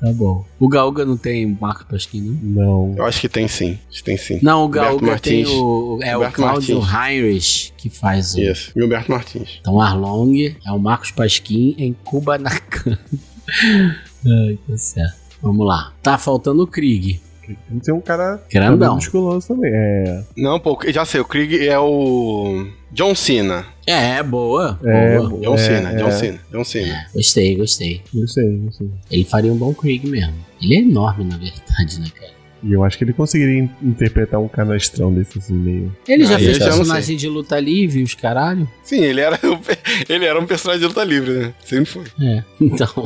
Speaker 2: Tá bom. O Gaúga não tem Marcos Pasquim, não?
Speaker 3: Não.
Speaker 4: Eu acho que tem sim, acho que tem sim.
Speaker 2: Não, o Gaúga
Speaker 4: Gilberto
Speaker 2: tem
Speaker 4: Martins.
Speaker 2: o. É o
Speaker 4: Gilberto
Speaker 2: Cláudio Heinrich que faz o.
Speaker 4: Isso, Gilberto Martins.
Speaker 2: Então Arlong é o Marcos Pasquim em Cubanacan. Ai, tá certo. Vamos lá. Tá faltando o Krieg.
Speaker 3: Tem que ser um cara também
Speaker 2: Grandão.
Speaker 3: musculoso também. É.
Speaker 4: Não, pô, já sei, o Krieg é o. John Cena.
Speaker 2: É, boa.
Speaker 3: É,
Speaker 2: boa.
Speaker 4: John
Speaker 3: É,
Speaker 4: Cena, John
Speaker 3: é.
Speaker 4: Cena, John Cena.
Speaker 2: Gostei, gostei.
Speaker 3: Não sei, não sei.
Speaker 2: Ele faria um bom Krieg mesmo. Ele é enorme, na verdade, né, cara?
Speaker 3: E eu acho que ele conseguiria in- interpretar um canastrão desse assim meio.
Speaker 2: Ele
Speaker 4: Ah,
Speaker 2: já
Speaker 4: esse
Speaker 2: fez
Speaker 4: eu não
Speaker 2: personagem de luta livre, os caralho?
Speaker 4: Sim, ele era, ele era um personagem de luta livre, né? Sempre foi.
Speaker 2: É. Então.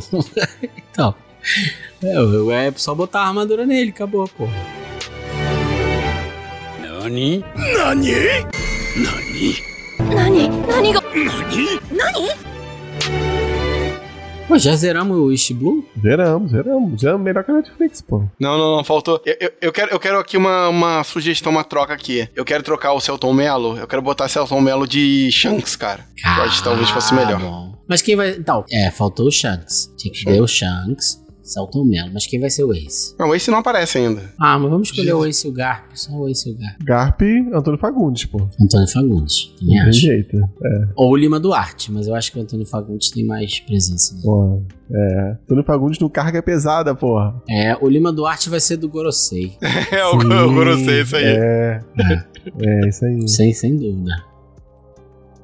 Speaker 2: então. É, eu- é só botar a armadura nele, acabou, pô. Pô, já zeramos o East Blue?
Speaker 3: Zeramos, zeramos. Já é melhor que a Netflix, pô.
Speaker 4: Não, não, não, faltou. Eu, eu, eu quero, eu quero aqui uma, uma sugestão, uma troca aqui. Eu quero trocar o Celton Mello, eu quero botar Celton Mello de Shanks, cara. Eu acho que talvez fosse melhor.
Speaker 2: Ah,
Speaker 4: É.
Speaker 2: bom. Mas quem vai. Então, é, faltou o Shanks. Tinha que ter o Shanks, saltou o Melo. Mas quem vai ser o Ace?
Speaker 4: Não, esse não aparece ainda.
Speaker 2: Ah, mas vamos escolher o Ace e o Garp. Só o Ace e o Garp.
Speaker 3: Garp Antônio Fagundes, pô.
Speaker 2: Antônio Fagundes, também
Speaker 3: Não
Speaker 4: Uhum.
Speaker 3: tem
Speaker 2: acho.
Speaker 3: jeito.
Speaker 2: Ou o Lima Duarte, mas eu acho que o Antônio Fagundes tem mais presença. né?
Speaker 3: Pô, é. Antônio Fagundes no carga pesada, porra.
Speaker 2: É, o Lima Duarte vai ser do Gorosei.
Speaker 4: É, o eu gostei isso aí.
Speaker 3: É. É, isso aí.
Speaker 2: sem, sem dúvida.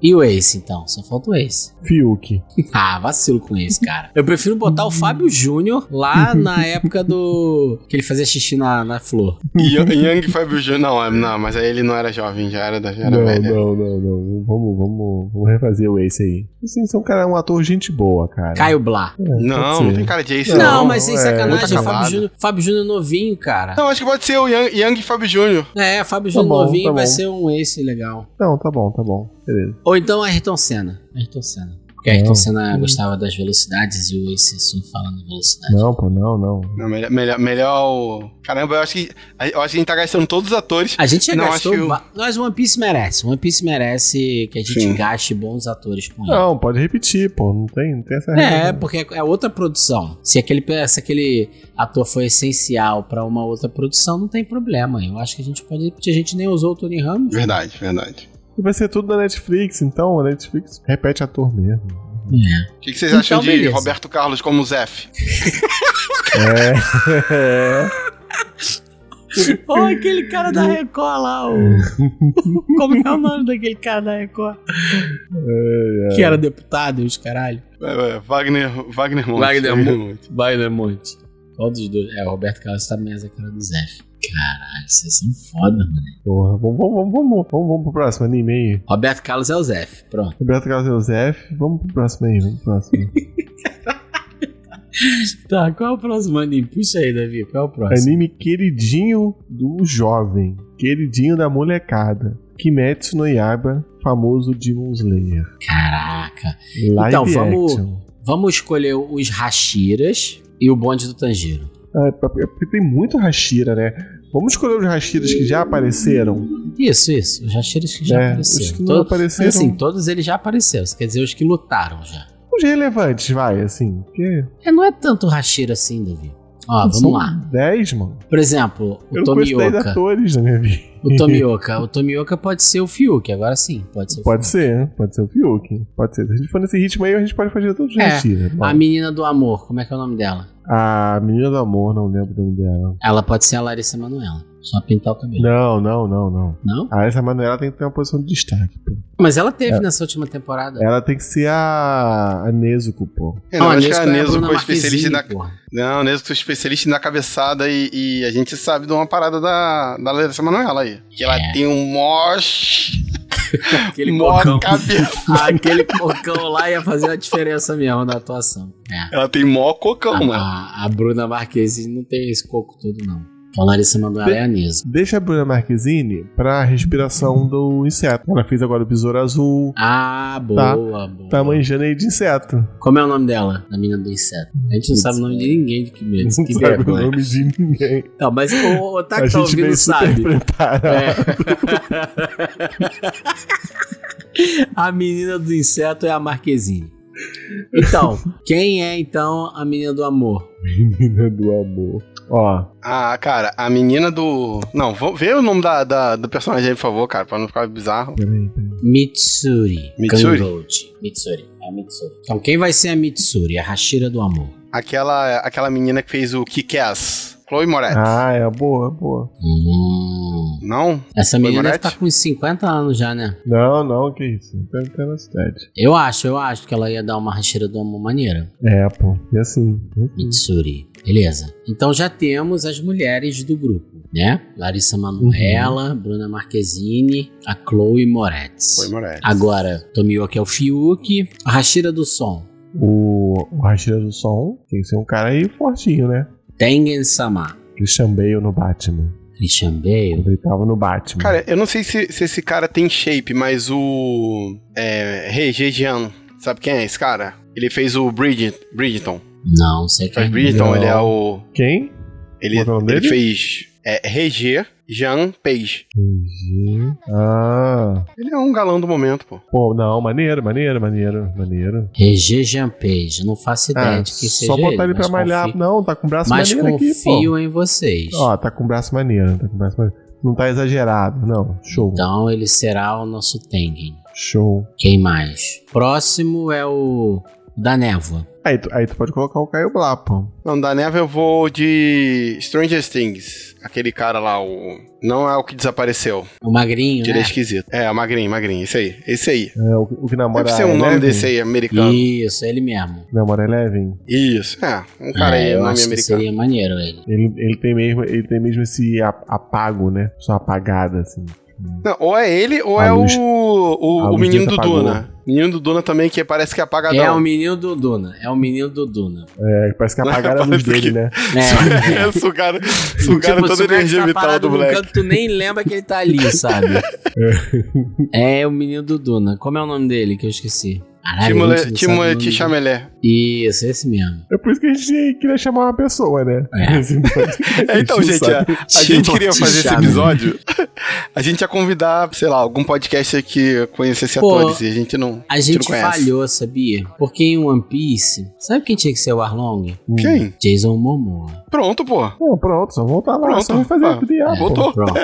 Speaker 2: E o Ace, então? Só falta o Ace.
Speaker 3: Fiuk.
Speaker 2: Ah, vacilo com esse, cara. Eu prefiro botar o Fábio Júnior lá na época do. que ele fazia xixi na, na flor.
Speaker 4: E Young Fabio Jr. Não, é- não, mas aí ele não era jovem, já era, da- já era
Speaker 3: Não,
Speaker 4: velho.
Speaker 3: não, não, não. Vamos, vamos, vamos refazer o Ace aí. Assim, esse é um cara, um ator gente boa, cara.
Speaker 2: Caio Blá.
Speaker 3: É,
Speaker 4: Não, não,
Speaker 3: pode ser.
Speaker 4: tem cara de Ace,
Speaker 2: Não,
Speaker 4: não.
Speaker 2: mas sem
Speaker 3: é,
Speaker 4: muito
Speaker 2: sacanagem,
Speaker 4: acabado.
Speaker 2: Fábio Júnior, Fábio Júnior é novinho, cara.
Speaker 4: Não, acho que pode ser o Young, Young Fábio Jr.
Speaker 2: É, Fábio Júnior
Speaker 3: bom,
Speaker 2: novinho
Speaker 3: tá
Speaker 2: vai
Speaker 3: bom.
Speaker 2: ser um Ace legal.
Speaker 3: Não, tá bom, tá bom. Beleza.
Speaker 2: Ou então Ayrton Senna. Ayrton Senna. Porque a Ayrton
Speaker 3: Não.
Speaker 2: Senna gostava das velocidades e o Ace Sun fala na velocidade.
Speaker 3: Não, pô, não, não.
Speaker 4: Não, melhor, melhor, melhor o- Caramba, eu acho que. Eu acho que a gente tá gastando todos os atores.
Speaker 2: A gente já
Speaker 4: Não,
Speaker 2: gastou.
Speaker 4: acho que o-
Speaker 2: va- Nós One Piece merece. One Piece merece que a gente
Speaker 4: Sim.
Speaker 2: gaste bons atores com ele.
Speaker 3: Não, pode repetir, pô. Não tem, não tem essa
Speaker 2: É,
Speaker 3: regra. não.
Speaker 2: porque é outra produção. Se aquele, se aquele ator foi essencial pra uma outra produção, não tem problema. Eu acho que a gente pode repetir. A gente nem usou o Tony Ramos.
Speaker 4: Verdade, verdade.
Speaker 3: E vai ser tudo da Netflix, então a Netflix repete ator mesmo.
Speaker 4: O que, que vocês
Speaker 2: Então,
Speaker 4: acham de
Speaker 2: beleza.
Speaker 4: Roberto Carlos como Zef?
Speaker 3: É.
Speaker 2: Ou aquele cara da Record lá, o... Como é o nome daquele cara da Record? Que era deputado e os caralho.
Speaker 4: É, é, Wagner, Wagner Monte.
Speaker 2: Wagner
Speaker 4: Monte.
Speaker 2: Wagner Monte. Qual dos dois? É, o Roberto Carlos tá mais a cara do Zé. Caralho, vocês são foda, mano.
Speaker 3: Porra, vamos, vamos, vamos, vamos, vamos, vamos pro próximo anime aí.
Speaker 2: Roberto Carlos é o Zé. Pronto.
Speaker 3: Roberto Carlos Josef, vamos pro próximo aí, vamos pro próximo.
Speaker 2: Tá, qual é o próximo anime? Puxa aí, Davi. Qual é o próximo?
Speaker 3: anime queridinho do jovem, queridinho da molecada. Kimetsu no Yaiba, famoso Demon Slayer.
Speaker 2: Caraca.
Speaker 3: Live
Speaker 2: Então, vamos-
Speaker 3: action.
Speaker 2: Vamos escolher os Hashiras e o bonde do Tanjiro.
Speaker 3: Ah, é pra- é porque tem muito Hashira, né? Vamos escolher os Hashiras que já apareceram.
Speaker 2: Isso, isso. Os Hashiras que já
Speaker 3: É,
Speaker 2: apareceram.
Speaker 3: os que não
Speaker 2: Todo-
Speaker 3: apareceram.
Speaker 2: Assim, todos eles já apareceram. Isso quer dizer, os que lutaram já.
Speaker 3: Os relevantes, vai, assim. Porque
Speaker 2: É, não é tanto Hashira assim, Davi. Ó,
Speaker 3: são
Speaker 2: vamos lá.
Speaker 3: 10, mano.
Speaker 2: Por exemplo, o
Speaker 3: Eu não conheço 10
Speaker 2: Tomioka.
Speaker 3: atores na minha vida.
Speaker 2: O Tomioka. O Tomioka pode ser o Fiuk, agora sim. Pode ser o
Speaker 3: Pode ser, né? Pode ser o Fiuk. Pode ser. Se a gente for nesse ritmo aí, a gente pode fazer todos os
Speaker 2: É,
Speaker 3: Hashira.
Speaker 2: Fiuk. A menina do amor, como é que é o nome dela?
Speaker 3: A menina do amor, não lembro o nome dela.
Speaker 2: Ela pode ser a Larissa Manoela. Só pintar o cabelo.
Speaker 3: Não, não, não, não.
Speaker 2: Não?
Speaker 3: A essa Manuela tem que ter uma posição de destaque. pô.
Speaker 2: Mas ela teve
Speaker 3: É.
Speaker 2: nessa última temporada.
Speaker 3: Ela tem que ser a, a Nezuko, pô.
Speaker 4: É, não,
Speaker 2: Ah,
Speaker 4: acho que a
Speaker 2: Nesco é a
Speaker 4: Nezuko
Speaker 2: Bruna
Speaker 4: é especialista na.
Speaker 2: Marquezine, porra.
Speaker 4: Não, Nezuko é especialista na cabeçada e, e a gente sabe de uma parada da, da Larissa Manoela aí. Que ela
Speaker 2: É.
Speaker 4: tem um mó.
Speaker 2: Aquele
Speaker 4: mó
Speaker 2: cocão.
Speaker 4: cabeça.
Speaker 2: Aquele cocão lá ia fazer a diferença mesmo na atuação. É.
Speaker 4: Ela tem mó cocão,
Speaker 2: A,
Speaker 4: mano.
Speaker 2: a- a Bruna Marquezine não tem esse coco todo, não. Então a Larissa Manoela é a Neso.
Speaker 3: Deixa a Bruna Marquezine pra respiração do inseto. Ela fez agora o Besouro Azul.
Speaker 2: Ah, boa, boa.
Speaker 3: Tá manjando aí de inseto.
Speaker 2: Como é o nome dela? Da menina do inseto. A gente não
Speaker 3: Putz.
Speaker 2: sabe o nome de ninguém de que medo.
Speaker 3: Não
Speaker 2: Que
Speaker 3: sabe o
Speaker 2: vergonha.
Speaker 3: nome de ninguém.
Speaker 2: Não, mas o
Speaker 3: a
Speaker 2: Otaku tá
Speaker 3: gente
Speaker 2: ouvindo
Speaker 3: veio
Speaker 2: sabe.
Speaker 3: super preparado.
Speaker 2: É. a menina do inseto é a Marquezine. Então, quem é então a menina do amor?
Speaker 3: Menina do amor. Ó,
Speaker 4: Ah, cara, a menina do. Não, vou ver o nome da, da- do personagem aí, por favor, cara, pra não ficar bizarro.
Speaker 3: peraí, peraí.
Speaker 2: Mitsuri.
Speaker 4: Mitsuri?
Speaker 2: Kangold. Mitsuri. É a Mitsuri. Então, quem vai ser a Mitsuri? A Hashira do amor.
Speaker 4: Aquela, aquela menina que fez o Kick-Ass, Chloe Moretz.
Speaker 3: Ah, é boa, é boa.
Speaker 2: Hum.
Speaker 4: Não?
Speaker 2: Essa menina deve
Speaker 4: Margarete?
Speaker 2: estar com uns 50 anos já, né?
Speaker 3: Não, não, que isso. Não tem até na cidade.
Speaker 2: Eu acho, eu acho que ela ia dar uma Hashira do amor maneira.
Speaker 3: É, pô. E assim.
Speaker 2: Mitsuri. Beleza. Então já temos as mulheres do grupo, né? Larissa Manoela, Bruna Marquezine, a Chloe Moretz.
Speaker 4: Chloe Moretz.
Speaker 2: Agora, Tomioka é o Fiuk, a Hashira do Som,
Speaker 3: O, o Hashira do Som tem que ser um cara aí fortinho, né?
Speaker 2: Tengen Sama,
Speaker 3: Christian Bale no Batman.
Speaker 2: Christian Bale.
Speaker 3: Quando ele tava no Batman.
Speaker 4: Cara, eu não sei se, se esse cara tem shape, mas o. É. Rei Jejian, sabe quem é esse cara? Ele fez o Bridget, Bridgeton.
Speaker 2: Não sei
Speaker 4: Faz
Speaker 2: quem.
Speaker 4: Bridgeton,
Speaker 3: Não.
Speaker 4: ele é o.
Speaker 3: Quem?
Speaker 4: Ele,
Speaker 3: Qual é o nome
Speaker 4: ele
Speaker 3: dele?
Speaker 4: fez. É, Reger Jean Page.
Speaker 3: Uhum. Ah.
Speaker 4: Ele é um galão do momento, pô.
Speaker 3: Pô, não, maneiro, maneiro, maneiro, maneiro.
Speaker 2: Regé Jampage, não faço ideia
Speaker 4: É,
Speaker 3: Ah,
Speaker 2: de que seja
Speaker 3: só botar ele
Speaker 2: mas
Speaker 3: pra malhar.
Speaker 2: confio-
Speaker 3: Não, tá com o braço
Speaker 2: mas
Speaker 3: maneiro aqui, pô.
Speaker 2: confio em vocês.
Speaker 3: Ó, tá com o braço maneiro, tá com o braço maneiro. Não tá exagerado, não. Show.
Speaker 4: Tá.
Speaker 2: Então ele será o nosso Tengen.
Speaker 3: Show.
Speaker 2: Quem mais? Próximo é o da Névoa.
Speaker 3: Aí tu, aí tu pode colocar o Caio Blá, pô.
Speaker 4: Não, da neve eu vou de Stranger Things. Aquele cara lá, o. Não é o que desapareceu.
Speaker 2: O magrinho,
Speaker 4: Ele é
Speaker 2: né?
Speaker 4: esquisito. É, o magrinho, magrinho. Esse aí. Esse aí.
Speaker 3: É, o, o que namora
Speaker 4: Deve ser um nome
Speaker 3: Eleven?
Speaker 4: desse aí, americano.
Speaker 2: Isso, ele mesmo.
Speaker 3: Namora é Eleven.
Speaker 4: Isso. É, um cara
Speaker 2: É,
Speaker 4: aí,
Speaker 2: eu
Speaker 4: nome
Speaker 2: acho que
Speaker 4: americano.
Speaker 2: seria maneiro ele.
Speaker 3: Ele, ele, tem mesmo, ele tem mesmo esse a- apago, né? Só apagada, assim.
Speaker 4: Não, ou é ele, ou
Speaker 3: A
Speaker 4: é
Speaker 3: luz-
Speaker 4: o, o,
Speaker 3: a
Speaker 4: o
Speaker 3: luz
Speaker 4: menino do
Speaker 3: dele apagou.
Speaker 4: Duna. Menino do Duna também, que parece que é apagadão.
Speaker 2: É o menino do Duna. É o menino do Duna.
Speaker 3: É, parece que apagaram a luz dele,
Speaker 4: Parece que-
Speaker 3: né?
Speaker 2: É, é.
Speaker 4: É, sugaram, sugaram toda a
Speaker 2: super
Speaker 4: é energia
Speaker 2: tá
Speaker 4: vital
Speaker 2: parado
Speaker 4: do
Speaker 2: num
Speaker 4: moleque.
Speaker 2: canto, tu nem lembra que ele tá ali, sabe? é o menino do Duna. Como é o nome dele que eu esqueci? Caralho, a gente não sabe o
Speaker 4: Timothy
Speaker 2: nome dele.
Speaker 4: Chamelé.
Speaker 2: Isso, esse mesmo.
Speaker 3: É por isso que a gente queria chamar uma pessoa, né?
Speaker 2: É.
Speaker 4: É, então,
Speaker 3: A gente
Speaker 4: gente,
Speaker 3: não
Speaker 4: a,
Speaker 3: sabe.
Speaker 4: a gente queria
Speaker 2: Timothy
Speaker 4: fazer esse
Speaker 2: Chalamet.
Speaker 4: episódio. A gente ia convidar, sei lá, algum podcaster que conhecesse
Speaker 2: Pô,
Speaker 4: atores e a gente não,
Speaker 2: A
Speaker 4: não
Speaker 2: gente
Speaker 4: conhece.
Speaker 2: falhou, sabia? Porque em One Piece, sabe quem tinha que ser o Arlong?
Speaker 4: Quem?
Speaker 2: Jason Momoa. É,
Speaker 4: Pronto, pô.
Speaker 3: Pô, pronto, só voltar lá,
Speaker 4: é. Pronto.
Speaker 3: só vai fazer
Speaker 4: Ah,
Speaker 3: o DA, pô.
Speaker 4: voltou.
Speaker 2: Pronto.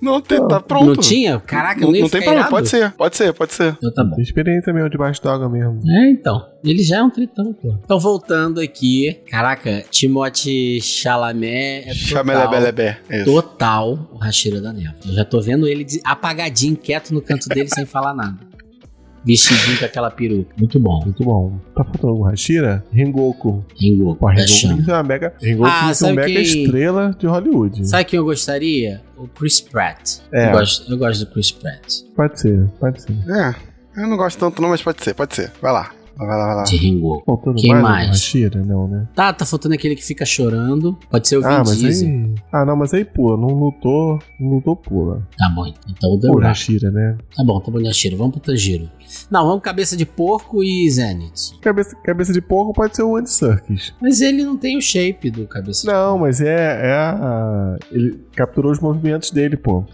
Speaker 4: Não, tem- tá
Speaker 2: Não
Speaker 4: pronto.
Speaker 2: tinha? Caraca, eu
Speaker 4: Não,
Speaker 2: nem
Speaker 4: não tem problema, pode
Speaker 2: pode ser.
Speaker 4: ser, pode ser, pode ser.
Speaker 2: Então tá bom.
Speaker 3: Experiência mesmo de baixo d'água mesmo.
Speaker 2: É, então. Ele já é um tritão, pô. Então, voltando aqui. Caraca, Timote Chalamet é
Speaker 4: Chamelé
Speaker 2: total,
Speaker 4: Belebé. é isso.
Speaker 2: total o Rashira da Neva. Eu já tô vendo ele de- apagadinho, quieto no canto dele, sem falar nada. Vestidinho com aquela peruca. Muito bom.
Speaker 3: Muito bom. Tá faltando o Hashira? Rengoku.
Speaker 2: Ringo,
Speaker 3: Pô,
Speaker 2: da
Speaker 3: Rengoku
Speaker 2: chama.
Speaker 3: isso é uma mega, Rengoku
Speaker 2: Ah,
Speaker 3: isso é uma
Speaker 2: sabe
Speaker 3: mega
Speaker 2: quem-
Speaker 3: estrela de Hollywood.
Speaker 2: Sabe quem eu gostaria? O Chris Pratt.
Speaker 3: É.
Speaker 2: Eu, gosto, eu gosto do Chris Pratt.
Speaker 3: Pode ser, pode ser.
Speaker 4: É, eu não gosto tanto não, mas pode ser, pode ser. Vai lá, vai lá, vai lá.
Speaker 3: Ah.
Speaker 2: De Ringo.
Speaker 3: Tá Faltando
Speaker 2: Quem
Speaker 3: algum
Speaker 2: mais?
Speaker 3: Hashira? Não, né?
Speaker 2: Tá, tá faltando aquele que fica chorando. Pode ser o Vin
Speaker 3: Ah, mas
Speaker 2: Diesel.
Speaker 3: aí... Ah, não, mas aí pula. Não lutou, não lutou, pula.
Speaker 2: Tá bom, então o The
Speaker 3: Pô,
Speaker 2: Rock.
Speaker 3: Hashira, né?
Speaker 2: Tá bom, tá bom, Yashiro. Vamos pro Tanjiro. Não, vamos cabeça de porco e Zenith.
Speaker 3: Cabeça, cabeça de porco pode ser o Andy Serkis.
Speaker 2: Mas ele não tem o shape do cabeça
Speaker 3: Não, mas é, é a... Ele capturou os movimentos dele, pô.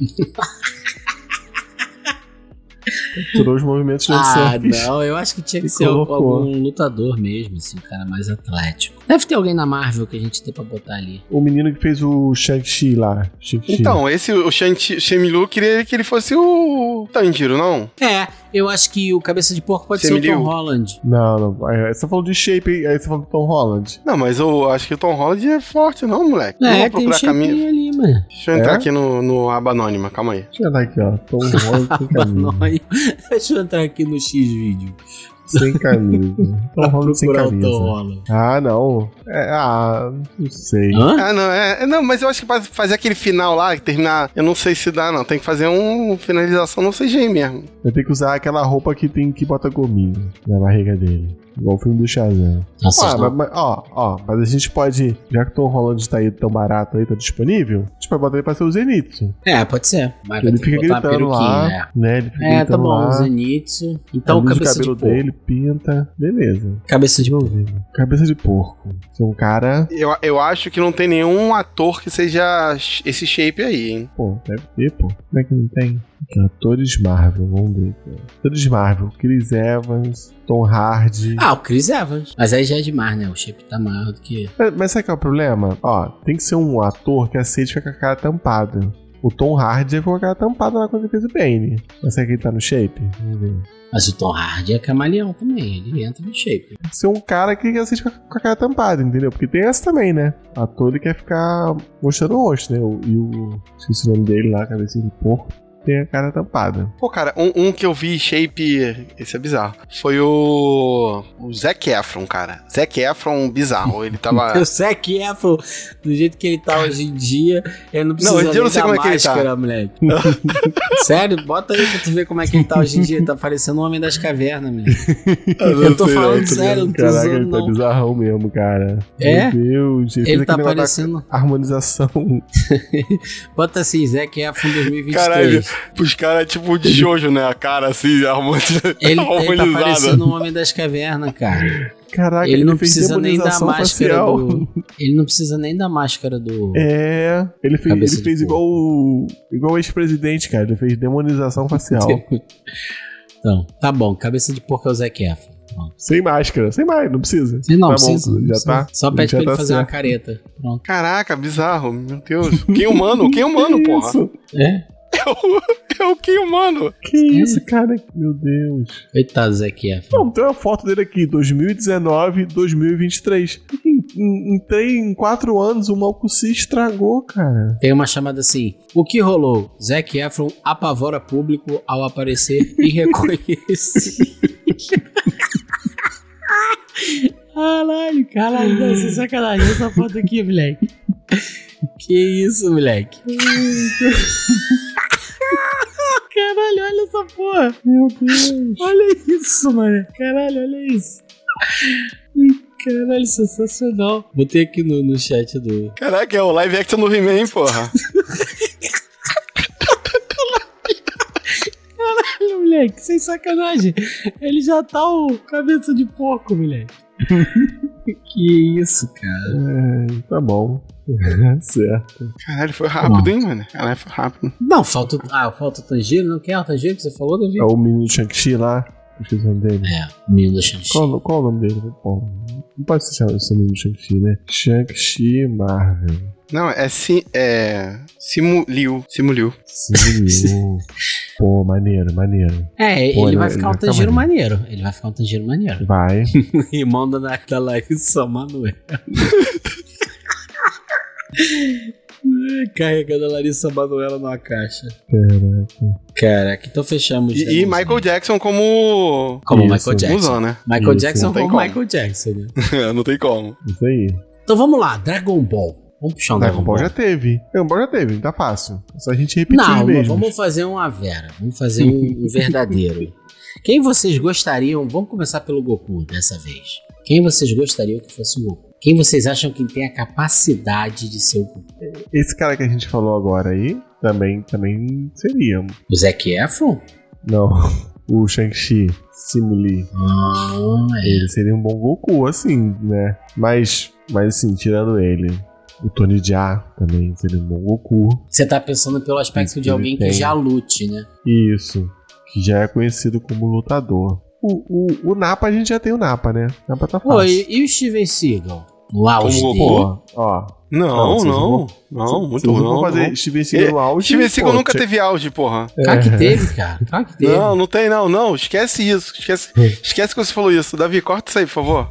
Speaker 3: capturou os movimentos
Speaker 2: de
Speaker 3: do Andy
Speaker 2: porco. Ah,
Speaker 3: Serkis.
Speaker 2: não, eu acho que tinha que
Speaker 3: E
Speaker 2: ser
Speaker 3: colocou.
Speaker 2: algum lutador mesmo, assim, um cara mais atlético. Deve ter alguém na Marvel que a gente tem pra botar ali.
Speaker 3: O menino que fez o Shang-Chi lá. Shang-Chi.
Speaker 4: Então, esse, o Shen- Shenmue, queria que ele fosse o Tanjiro, não?
Speaker 2: É, eu acho que o cabeça de porco pode
Speaker 4: Você
Speaker 2: ser o
Speaker 4: me
Speaker 2: Tom
Speaker 4: liu?
Speaker 2: Holland.
Speaker 3: Não, não. Aí você falou de shape, aí você falou do Tom Holland.
Speaker 4: Não, mas eu acho que o Tom Holland é forte, não, moleque. Não
Speaker 2: É,
Speaker 4: vou
Speaker 2: tem um
Speaker 4: procurar
Speaker 2: shape
Speaker 4: caminho.
Speaker 2: ali, mano.
Speaker 4: Deixa eu entrar
Speaker 3: É?
Speaker 4: aqui no, no aba anônima, calma aí.
Speaker 3: Deixa eu olhar aqui, ó. Tom Holland sem camisa.
Speaker 2: Banói. Deixa eu entrar aqui no X-Vídeo
Speaker 3: sem camisa. Tom
Speaker 2: pra
Speaker 3: Holland sem
Speaker 2: procurar o
Speaker 3: camisa.
Speaker 2: Tom Holland.
Speaker 3: Ah, não. É, ah, não sei.
Speaker 2: Hã?
Speaker 4: Ah, não, é, é, Não, mas eu acho que pra fazer aquele final lá, terminar. Eu não sei se dá, não. Tem que fazer uma finalização no CGI mesmo.
Speaker 3: Eu tenho que usar aquela roupa que tem que bota gominho na barriga dele. Igual o filme do Shazam.
Speaker 2: Nossa,
Speaker 3: Ah, mas, mas- ó, ó, mas a gente pode. Já que o Tom Holland tá aí tão barato aí, tá disponível, a gente pode botar ele pra ser o Zenitsu.
Speaker 2: É, pode ser. Mas vai
Speaker 3: Ele
Speaker 2: ter que
Speaker 3: fica
Speaker 2: botar uma
Speaker 3: gritando
Speaker 2: peruquinha,
Speaker 3: lá.
Speaker 2: né?
Speaker 3: Né? Ele fica
Speaker 2: É,
Speaker 3: gritando
Speaker 2: tá bom,
Speaker 3: lá.
Speaker 2: Zenitsu. Então,
Speaker 3: Alisa o
Speaker 2: cabeça de
Speaker 3: cabelo
Speaker 2: porco.
Speaker 3: dele, pinta. Beleza.
Speaker 2: Cabeça de porco.
Speaker 3: Cabeça de porco. Sou um cara.
Speaker 4: Eu, eu acho que não tem nenhum ator que seja sh- esse shape aí, hein?
Speaker 3: Pô, deve ter, pô. Como é que não tem? Aqui, Atores Marvel, vamos ver. Cara. Atores Marvel. Chris Evans, Tom Hardy.
Speaker 2: Ah, o Chris Evans. Mas aí já é demais, né? O shape tá maior do que.
Speaker 3: Mas, mas sabe qual é o problema? Ó, tem que ser um ator que aceite ficar com a cara tampada. O Tom Hardy ficou com a cara tampada lá quando ele fez o Bane. Mas será que ele tá no shape? Vamos ver.
Speaker 2: Mas o Tom Hardy é camaleão também. Ele entra no shape.
Speaker 3: Tem que ser um cara que aceite ficar com a cara tampada, entendeu? Porque tem essa também, né? Ator ele quer ficar mostrando o rosto, né? O- E o. Esqueci o nome dele lá, cabecinha de porco. Tem a cara tampada.
Speaker 4: Pô, cara, um, um que eu vi shape. Esse é bizarro. Foi o. O Zac Efron, cara. Zac Efron bizarro. Ele tava.
Speaker 2: O Zac Efron, é, do jeito que ele tá hoje em dia, ele não precisa
Speaker 4: hoje em dia eu não
Speaker 2: nem
Speaker 4: sei
Speaker 2: da
Speaker 4: como é que ele tá.
Speaker 2: máscara, moleque. Sério, bota aí pra tu ver como é que ele tá hoje em dia. Ele tá parecendo um homem das cavernas, mesmo. Eu né? tô falando sério, não tô
Speaker 3: Caraca,
Speaker 2: zoando,
Speaker 3: ele tá
Speaker 2: é não.
Speaker 3: bizarrão mesmo, cara.
Speaker 2: É?
Speaker 3: Meu Deus, ele,
Speaker 2: Ele
Speaker 3: fez
Speaker 2: tá
Speaker 3: aquele negócio é da
Speaker 2: parecendo.
Speaker 3: harmonização.
Speaker 2: Bota assim, Zac Efron 2023.
Speaker 4: Caralho. Os caras, tipo, de Jojo, né? A cara assim,
Speaker 2: Ele, ele tá
Speaker 4: harmonizada.
Speaker 2: parecendo um homem das cavernas, cara.
Speaker 3: Caraca,
Speaker 2: ele não
Speaker 3: fez
Speaker 2: precisa nem da
Speaker 3: demonização
Speaker 2: máscara
Speaker 3: facial.
Speaker 2: do. Ele não precisa nem da máscara do.
Speaker 3: É, ele fez,
Speaker 2: Cabeça
Speaker 3: ele
Speaker 2: de
Speaker 3: fez
Speaker 2: porco.
Speaker 3: igual o igual o ex-presidente, cara. Ele fez demonização facial.
Speaker 2: Então, tá bom, cabeça de porco é o Zac Efron. Pronto.
Speaker 3: sem máscara, sem mais, não precisa.
Speaker 2: Você não
Speaker 3: Tá bom,
Speaker 2: precisa. não
Speaker 3: já
Speaker 2: precisa.
Speaker 3: tá-
Speaker 2: Só pede
Speaker 3: já
Speaker 2: pra ele
Speaker 3: tá
Speaker 2: fazer uma
Speaker 3: certo.
Speaker 2: careta. Pronto.
Speaker 4: Caraca, bizarro. Meu Deus. Quem é humano? Quem humano,
Speaker 3: Que
Speaker 4: porra?
Speaker 3: isso?
Speaker 2: É?
Speaker 4: É o, é o quem humano.
Speaker 3: Que isso, cara? Meu Deus.
Speaker 2: Coitado do Zac Efron.
Speaker 3: Não, tem uma foto dele aqui, 2019, 2023. Em, em, em três, em quatro anos, o maluco se estragou, cara.
Speaker 2: Tem uma chamada assim. O que rolou? Zac Efron apavora público ao aparecer e reconhece. Caralho, caralho, não, sem sacanagem. Essa foto aqui, moleque. Que isso, moleque. Caralho, olha essa porra. Meu Deus. Olha isso, mano. Caralho, olha isso. Caralho, sensacional. Botei aqui no, no chat do,
Speaker 4: Caraca, é o live action do He-Man, porra.
Speaker 2: Caralho, moleque, sem sacanagem. Ele já tá o cabeça de porco, moleque. que isso, cara.
Speaker 3: É, tá bom. certo.
Speaker 4: Caralho, foi rápido, hein, mano? Caralho, foi rápido.
Speaker 2: Não, falta. Ah, falta o Tanjiro, não? Quem é o Tanjiro que você falou, Davi?
Speaker 3: É o menino Shang-Chi lá. Esqueci o nome dele.
Speaker 2: É, menino da Shang-Chi.
Speaker 3: Qual, qual o nome dele? Bom, não pode ser chamado esse menino Shang-Chi, né? Shang-Chi Marvel.
Speaker 4: Não, é si, é. Simuliu. Simuliu.
Speaker 3: Sim. Pô, maneiro, maneiro.
Speaker 2: É,
Speaker 3: Pô,
Speaker 2: ele
Speaker 3: ele
Speaker 2: vai ficar
Speaker 3: vai- ele
Speaker 2: um
Speaker 3: vai ficar
Speaker 2: Tanjiro maneiro. Ele vai ficar um Tanjiro maneiro.
Speaker 3: Vai.
Speaker 2: Irmão da, da, da Larissa Manoel. Carregando a Larissa Manoela numa caixa. Caraca. Caraca, então fechamos. né,
Speaker 4: E, e
Speaker 2: Luzão?
Speaker 4: Michael Jackson como.
Speaker 2: Como
Speaker 3: Isso.
Speaker 2: Michael Jackson.
Speaker 4: Musão, né?
Speaker 2: Michael
Speaker 3: Isso,
Speaker 2: Jackson
Speaker 4: não tem
Speaker 2: como
Speaker 4: como.
Speaker 2: Michael Jackson, né?
Speaker 4: Não tem como.
Speaker 3: Isso aí.
Speaker 2: Então vamos lá, Dragon Ball. Vamos puxar um
Speaker 3: Dragon Ball já teve. Dragon Ball já teve, tá fácil. É só a gente repetir
Speaker 2: Não, mas
Speaker 3: mesmo.
Speaker 2: vamos fazer um Avera. Vamos fazer um um verdadeiro. Quem vocês gostariam? Vamos começar pelo Goku dessa vez. Quem vocês gostariam que fosse o Goku? Quem vocês acham que tem a capacidade de ser o Goku?
Speaker 3: Esse cara que a gente falou agora aí, também, também seria.
Speaker 2: O Zac Efron?
Speaker 3: Não. O Shang-Chi, Simuli.
Speaker 2: Ah,
Speaker 3: Ele seria um bom Goku, assim, né? Mas, mas assim, tirando ele. O Tony Jaa também seria um bom Goku.
Speaker 2: Você tá pensando pelo aspecto de alguém que já lute, né?
Speaker 3: E Isso. Que já é conhecido como lutador. O, o, o Napa, a gente já tem o Napa, né? O Napa tá fácil.
Speaker 2: Pô, e, e o Steven Seagal? No auge
Speaker 4: Como
Speaker 2: dele.
Speaker 4: Goku?
Speaker 3: Ó, ó. Não,
Speaker 4: Não,
Speaker 3: vocês
Speaker 4: não.
Speaker 3: vão-
Speaker 4: Não,
Speaker 3: Se
Speaker 4: muito
Speaker 3: eu
Speaker 4: não.
Speaker 3: for fazer
Speaker 4: não. É,
Speaker 3: Steven Seagal no auge.
Speaker 4: Steven Seagal
Speaker 3: pô, É.
Speaker 4: nunca
Speaker 3: tinha-
Speaker 4: teve auge, porra.
Speaker 2: Claro Ah, que teve, cara. Claro que teve.
Speaker 4: Não, não tem não, não. Esquece isso. Esquece,
Speaker 3: Hum.
Speaker 4: esquece que você falou isso. Davi, corta isso aí, por favor.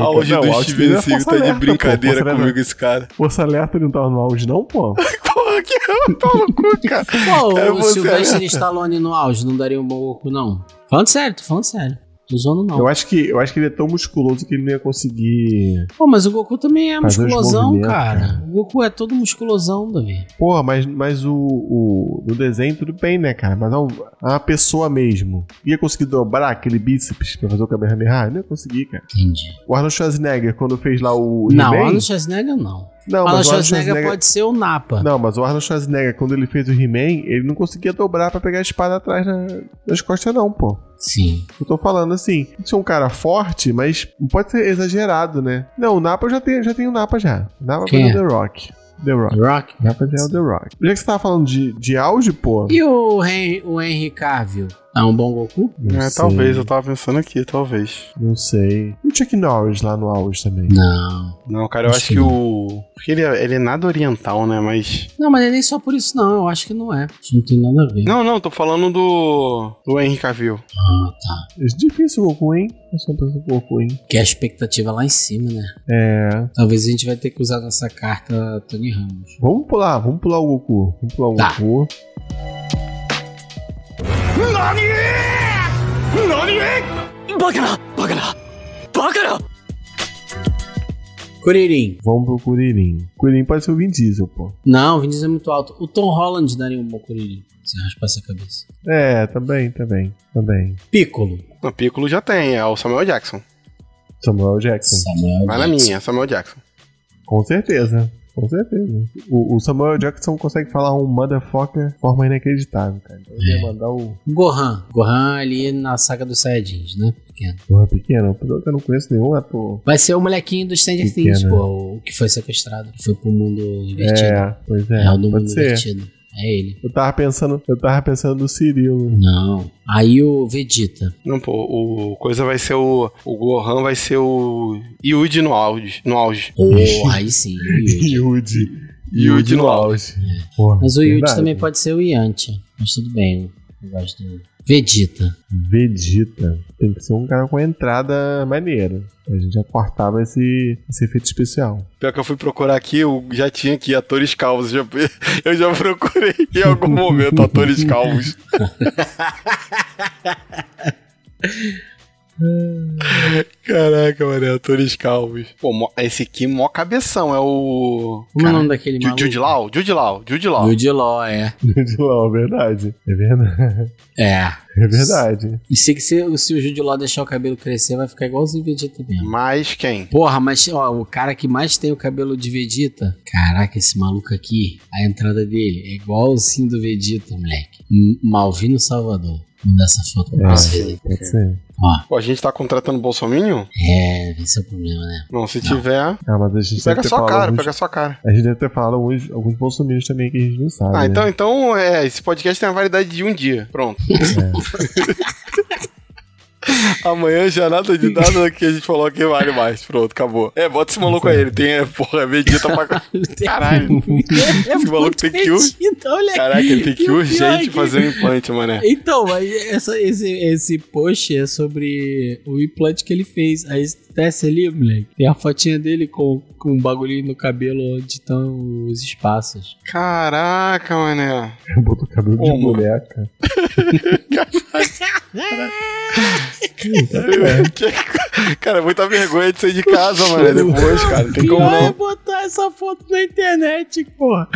Speaker 4: auge
Speaker 3: não, o
Speaker 4: do
Speaker 3: auge dele
Speaker 4: Steven
Speaker 3: é
Speaker 4: Seagal
Speaker 3: força
Speaker 4: tá de
Speaker 3: alerta, pô,
Speaker 4: brincadeira
Speaker 3: força
Speaker 4: comigo, esse cara.
Speaker 3: Força Alerta não tava no auge, não, pô.
Speaker 4: Porra, que pau no cu, cara.
Speaker 2: Pô,
Speaker 4: É
Speaker 2: o
Speaker 4: você,
Speaker 2: Sylvester Stallone no auge não daria um bom Goku, não. Falando sério, tô falando sério. Tô zoando, não.
Speaker 3: Eu acho, que, eu acho que ele é tão musculoso que ele não ia conseguir.
Speaker 2: Pô, mas o Goku também é
Speaker 3: Fazer os
Speaker 2: musculosão,
Speaker 3: movimentos,
Speaker 2: cara.
Speaker 3: cara.
Speaker 2: O Goku é todo musculosão, Davi.
Speaker 3: Porra, mas, mas o, o. No desenho tudo bem, né, cara? Mas a, a pessoa mesmo. Ia conseguir dobrar aquele bíceps pra fazer o Kamehameha? Não ia conseguir, cara.
Speaker 2: Entendi.
Speaker 3: O Arnold Schwarzenegger, quando fez lá o.
Speaker 2: Não,
Speaker 3: He-Man-
Speaker 2: Arnold Schwarzenegger não. O
Speaker 3: não, mas
Speaker 2: Arnold
Speaker 3: o Arnold
Speaker 2: Schwarzenegger pode ser o Napa.
Speaker 3: Não, mas o Arnold Schwarzenegger, quando ele fez o He-Man, ele não conseguia dobrar pra pegar a espada atrás na- nas costas, não, pô.
Speaker 2: Sim.
Speaker 3: Eu tô falando assim, isso é um cara forte, mas não pode ser exagerado, né? Não, o Napa eu já tem, já tem o Napa já. O Napa
Speaker 2: Quem
Speaker 3: é o
Speaker 2: é?
Speaker 3: The Rock. The Rock.
Speaker 2: Rock.
Speaker 3: O Napa já é o The Rock. Já que você tava falando de, de auge, pô.
Speaker 2: E o Henry, o Henry Cavill? É um bom Goku?
Speaker 3: Não
Speaker 4: É,
Speaker 3: sei,
Speaker 4: talvez, eu tava pensando aqui, talvez.
Speaker 3: Não sei. E o Chuck Norris lá no auge também.
Speaker 2: Não.
Speaker 4: Não, cara, eu
Speaker 2: Acho
Speaker 4: acho
Speaker 2: que
Speaker 4: que o. Porque ele é, ele é nada oriental, né? Mas.
Speaker 2: Não, mas é nem só por isso, não. Eu acho que não é. Isso não tem nada a ver.
Speaker 4: Não, não, tô falando do. Do Henry Cavill.
Speaker 2: Ah, tá.
Speaker 3: É difícil o Goku, hein? Eu sou uma pessoa do Goku, hein?
Speaker 2: Porque a expectativa é lá em cima, né?
Speaker 3: É.
Speaker 2: Talvez a gente vai ter que usar nossa carta Tony Ramos.
Speaker 3: Vamos pular, vamos pular o Goku. Vamos pular o
Speaker 2: Tá.
Speaker 3: Goku.
Speaker 2: Kuririn.
Speaker 3: Vamos pro Kuririn. Kuririn pode ser o Vin Diesel, pô.
Speaker 2: Não, o Vinicius é muito alto. O Tom Holland daria um bom Kuririn. Se raspasse a cabeça.
Speaker 3: É, também, também, também.
Speaker 2: Piccolo.
Speaker 4: O Piccolo já tem, é o Samuel Jackson.
Speaker 3: Samuel Jackson.
Speaker 2: Samuel
Speaker 4: Vai na
Speaker 2: Jackson.
Speaker 4: minha, Samuel Jackson.
Speaker 3: Com certeza. Com certeza. O, o Samuel Jackson consegue falar um motherfucker de forma inacreditável, cara. Então
Speaker 2: É.
Speaker 3: Ele ia mandar o.
Speaker 2: Gohan. Gohan ali na saga dos Saiyajins, né? Pequeno.
Speaker 3: Porra, pequeno. Pior é que eu não conheço nenhum ator.
Speaker 2: Vai ser o molequinho do Stranger
Speaker 3: Pequeno.
Speaker 2: Things, pô. O que foi sequestrado. Que foi pro mundo invertido.
Speaker 3: É, pois
Speaker 2: É,
Speaker 3: é.
Speaker 2: o do mundo
Speaker 3: pode ser.
Speaker 2: invertido. É ele.
Speaker 3: Eu tava pensando, eu tava pensando no Cirilo.
Speaker 2: Não. Aí o Vegeta.
Speaker 4: Não, pô, o coisa vai ser o. O Gohan vai ser o. Yuji no auge. No auge.
Speaker 2: Porra, aí sim. o Yuji.
Speaker 3: Yudi.
Speaker 4: Yudi no
Speaker 3: auge. Porra,
Speaker 2: Mas o Yuji
Speaker 3: verdade.
Speaker 2: também pode ser o Yantia. Mas tudo bem. Eu gosto do... Vegeta.
Speaker 3: Vegeta. Tem que ser um cara com entrada maneira. A gente já cortava esse, esse efeito especial.
Speaker 4: Pior que eu fui procurar aqui, eu já tinha aqui atores calvos. já- eu já procurei em algum momento atores calvos. Caraca, mano, atores calvos. Pô, mó- esse aqui, mó cabeção, é o.
Speaker 2: Como é o nome daquele
Speaker 4: Ju-
Speaker 2: maluco?
Speaker 4: Jude Law? Jude Law, Jude Law.
Speaker 2: Jude Law, é.
Speaker 3: Jude Law, verdade. É verdade.
Speaker 2: É.
Speaker 3: É verdade.
Speaker 2: E se, se, se o Jude Law deixar o cabelo crescer, vai ficar igualzinho o Vegeta mesmo.
Speaker 4: Mas quem?
Speaker 2: Porra, mas ó, o cara que mais tem o cabelo de Vegeta. Caraca, esse maluco aqui, a entrada dele é igualzinho do Vegeta, moleque. M- Malvino Salvador. Manda essa foto pra
Speaker 3: Ah,
Speaker 2: vocês aí.
Speaker 3: Pode ser.
Speaker 2: Ó,
Speaker 4: Pô, a gente tá contratando Bolsominion?
Speaker 2: é, esse é o problema, né?
Speaker 4: Não, se tiver,
Speaker 3: Ah, mas a gente
Speaker 4: pega
Speaker 3: deve ter
Speaker 4: sua
Speaker 3: falado
Speaker 4: cara,
Speaker 3: alguns-
Speaker 4: pega sua cara.
Speaker 3: A gente deve ter falado alguns, alguns bolsominions também que a gente não sabe.
Speaker 4: Ah,
Speaker 3: né?
Speaker 4: então, então é, esse podcast tem a validade de um dia. Pronto. Amanhã já nada de nada do que a gente falou que vale mais. Pronto, acabou. É, bota esse maluco aí. Ele tem, é, porra, medita pra caralho. Caralho. Esse maluco tem que ur-
Speaker 2: Então, olha aqui.
Speaker 4: Caraca, ele tem que
Speaker 2: E
Speaker 4: ir
Speaker 2: o pior é que-
Speaker 4: urgente fazer um implante, mané.
Speaker 2: Então, aí essa- esse, esse post é sobre o implante que ele fez. Aí desce ali, moleque. Tem a fotinha dele com, com um bagulhinho no cabelo onde estão os espaços.
Speaker 4: Caraca, mané.
Speaker 3: Botou o cabelo de
Speaker 4: Como?
Speaker 3: boneca.
Speaker 4: Cara, é muita vergonha de sair de casa, mané. Depois, cara, não tem como
Speaker 2: vai
Speaker 4: não.
Speaker 2: botar essa foto na internet, porra.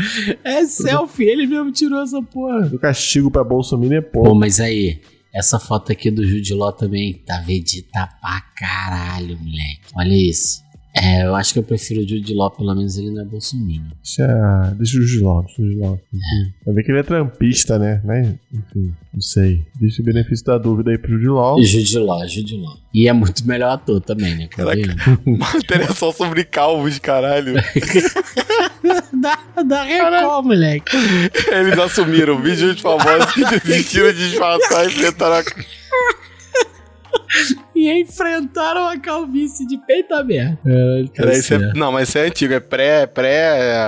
Speaker 2: É selfie, ele mesmo tirou essa porra.
Speaker 3: O castigo pra bolsominion é
Speaker 2: Pô,
Speaker 3: pouco.
Speaker 2: mas aí, essa foto aqui do Judiló também tá vedita pra caralho, moleque. Olha isso. É, eu acho que eu prefiro o Judiló, pelo menos ele não é bolsominion.
Speaker 3: Deixa, deixa o Julão, deixa o Julão. Vai ver que ele é trampista, né? Né? Enfim, não sei. Deixa o benefício da dúvida aí pro Julão.
Speaker 2: Judiló, Judiló. E é muito melhor ator também, né? Caraca.
Speaker 4: Matéria é só sobre calvos, caralho.
Speaker 2: da, da Record, moleque.
Speaker 4: Eles assumiram vídeos famosos que desistiram de disfarçar e enfrentaram a
Speaker 2: E enfrentaram a calvície de peito aberto. É, tá
Speaker 4: Cara, isso é-
Speaker 2: certo.
Speaker 4: não, mas isso é antigo, é pré, pré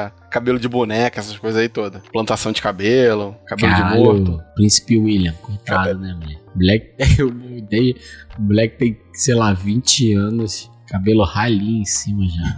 Speaker 4: é, cabelo de boneca, essas coisas aí toda. Plantação de cabelo, cabelo de
Speaker 2: Caralho,
Speaker 4: morto.
Speaker 2: Príncipe William, coitado, né, moleque? Moleque, eu mudei. O moleque tem, sei lá, 20 anos, cabelo ralinho em cima já.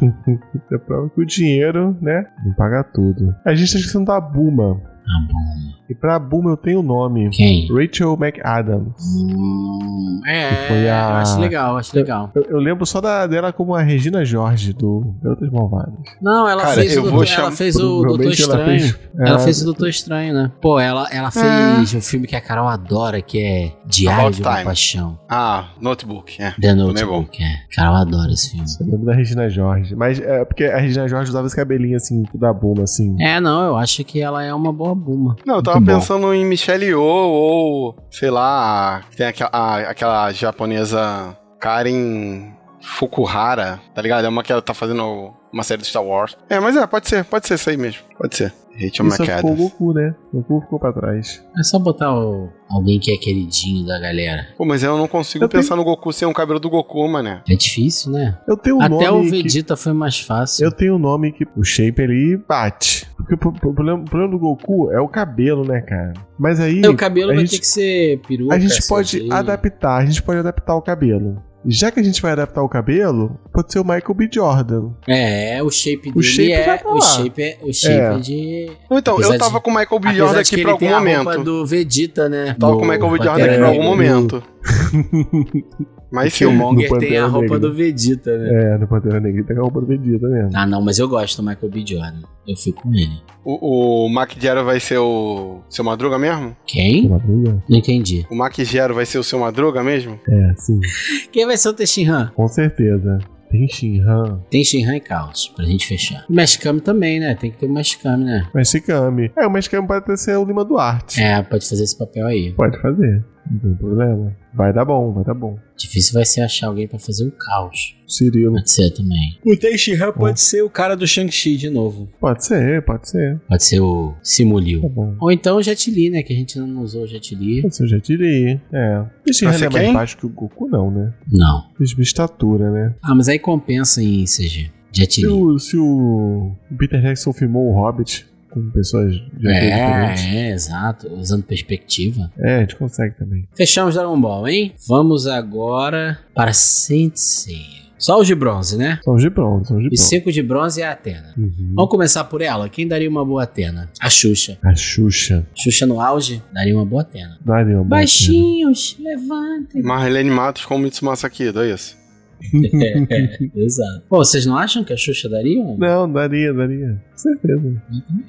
Speaker 3: É prova que o dinheiro, né? Não paga tudo. A gente tá esquecendo da Buma.
Speaker 2: Tá bom.
Speaker 3: E pra Buma eu tenho o nome.
Speaker 2: Quem?
Speaker 3: Rachel McAdams.
Speaker 2: Hum,
Speaker 3: Que foi
Speaker 2: é,
Speaker 3: a-
Speaker 2: eu acho legal, acho legal.
Speaker 3: Eu, eu lembro só da- dela como a Regina Jorge, do Garotas Malvadas.
Speaker 2: Não, ela
Speaker 4: Cara,
Speaker 2: fez
Speaker 4: eu
Speaker 2: o
Speaker 4: vou
Speaker 2: Doutor, ela
Speaker 4: chamar-
Speaker 2: fez o Doutor
Speaker 3: Provavelmente
Speaker 2: Estranho.
Speaker 3: Ela fez,
Speaker 2: Ela
Speaker 3: Ah,
Speaker 2: fez o Doutor Estranho, né? Pô, ela,
Speaker 3: É.
Speaker 2: ela fez um filme que a Carol adora, que é Diário
Speaker 4: About
Speaker 2: de uma
Speaker 4: Time.
Speaker 2: Paixão.
Speaker 4: Ah, notebook, é.
Speaker 2: The
Speaker 4: Também é
Speaker 2: Notebook, é. Carol adora esse filme.
Speaker 3: Eu lembro da Regina Jorge. Mas é porque a Regina Jorge usava esse cabelinho assim, da Buma, assim.
Speaker 2: É, não, eu acho que ela é uma boa buma.
Speaker 4: Não, eu tava
Speaker 3: Muito bom.
Speaker 4: pensando em Michelle Yeoh ou, sei lá, tem aquela, a- aquela japonesa Karen Fukuhara, tá ligado? É uma que ela tá fazendo uma série do Star Wars. É, mas é, pode ser, pode ser isso aí mesmo. Pode ser. Rachel
Speaker 3: Isso ficou o
Speaker 4: McAdams.
Speaker 3: Goku, né? O Goku ficou pra trás.
Speaker 2: É só botar o- alguém que é queridinho da galera.
Speaker 4: Pô, mas eu não consigo
Speaker 3: Eu tenho-
Speaker 4: pensar no Goku sem um cabelo do Goku, mané.
Speaker 2: É difícil, né?
Speaker 3: Eu tenho um
Speaker 2: Até o
Speaker 3: nome que-
Speaker 2: Vegeta foi mais fácil.
Speaker 3: Eu tenho um nome que o shape ele bate. Porque o pro- pro- problema, o problema do Goku é o cabelo, né, cara? Mas aí
Speaker 2: É o cabelo
Speaker 3: a
Speaker 2: vai
Speaker 3: gente-
Speaker 2: ter que ser peruca.
Speaker 3: a gente pode
Speaker 2: assim.
Speaker 3: adaptar, a gente pode adaptar o cabelo. Já que a gente vai adaptar o cabelo, pode ser o Michael B. Jordan.
Speaker 2: É, o shape dele
Speaker 3: shape vai
Speaker 2: é,
Speaker 3: pra
Speaker 2: o
Speaker 3: lá.
Speaker 2: shape é. O shape
Speaker 3: É.
Speaker 2: é, de.
Speaker 4: Então,
Speaker 2: Apesar
Speaker 4: eu tava
Speaker 2: de-
Speaker 4: com o Michael B.
Speaker 2: Apesar
Speaker 4: Jordan
Speaker 2: de
Speaker 4: aqui
Speaker 2: que
Speaker 4: pra
Speaker 2: ele
Speaker 4: algum
Speaker 2: tem a roupa
Speaker 4: momento.
Speaker 2: do Vegeta, né?
Speaker 4: Tava
Speaker 2: Do
Speaker 3: é
Speaker 4: com o Michael B. Jordan
Speaker 2: Pantera
Speaker 4: aqui pra algum
Speaker 2: Negra.
Speaker 4: momento. Mas
Speaker 2: Que o
Speaker 4: sim.
Speaker 2: Monger
Speaker 3: No
Speaker 2: tem a
Speaker 3: Pantera
Speaker 2: roupa
Speaker 3: Negra.
Speaker 2: do Vegeta, né?
Speaker 3: É, no Pantera Negra ele pega a roupa do Vegeta mesmo.
Speaker 2: Ah, não, mas eu gosto do Michael B. Jordan. Eu fico com ele.
Speaker 4: O, o Mac Gero vai ser o seu Madruga mesmo?
Speaker 3: É.
Speaker 2: Quem?
Speaker 3: Madruga?
Speaker 2: Não entendi.
Speaker 4: O Mac Gero vai ser o seu Madruga mesmo?
Speaker 3: É, sim.
Speaker 2: Quem vai ser o Tenshinhan?
Speaker 3: Com certeza. Tem Shinhan.
Speaker 2: Tem Shinhan e Caos, pra gente fechar. O Mexicano também, né? Tem que ter o Mexicano, né?
Speaker 3: Mexicame. É, o Mexicame pode até ser o Lima Duarte.
Speaker 2: É, pode fazer esse papel aí.
Speaker 3: Pode fazer. Não tem problema. Vai dar bom, vai dar bom.
Speaker 2: Difícil vai ser achar alguém pra fazer o Caos.
Speaker 3: Cirilo.
Speaker 2: Pode ser também. O
Speaker 3: É.
Speaker 2: Tenshinhan pode ser o cara do Shang-Chi de novo.
Speaker 3: Pode ser, pode ser.
Speaker 2: Pode ser o
Speaker 3: Tá
Speaker 2: Simuliu.
Speaker 3: bom.
Speaker 2: Ou então o Jet Li, né? Que a gente ainda não usou o Jet Li.
Speaker 3: Esse eu já tirei. É. Esse
Speaker 4: Mas
Speaker 3: Renan é
Speaker 4: você quem?
Speaker 3: mais baixo que o Goku, não, né?
Speaker 2: Não.
Speaker 3: Mesma estatura, né?
Speaker 2: Ah, mas aí compensa em CG. Jet
Speaker 3: Se
Speaker 2: Li.
Speaker 3: o, se o Peter Jackson filmou o Hobbit com pessoas de atores diferentes,
Speaker 2: É, é, exato. Usando perspectiva.
Speaker 3: é, a gente consegue também.
Speaker 2: Fechamos Dragon Ball, hein? Vamos agora para Sensei. Só os de bronze, né?
Speaker 3: São de bronze, são de
Speaker 2: E
Speaker 3: bronze.
Speaker 2: cinco de bronze é a Atena.
Speaker 3: Uhum.
Speaker 2: Vamos começar por ela. Quem daria uma boa Atena? A Xuxa.
Speaker 3: A Xuxa.
Speaker 2: Xuxa no auge daria uma boa Atena.
Speaker 3: Daria uma
Speaker 2: Baixinhos, levantem.
Speaker 4: Marlene Matos com Mitsu Masakido, é isso.
Speaker 2: Exato. Pô, vocês não acham que a Xuxa daria uma?
Speaker 3: Não, daria, daria. Com certeza.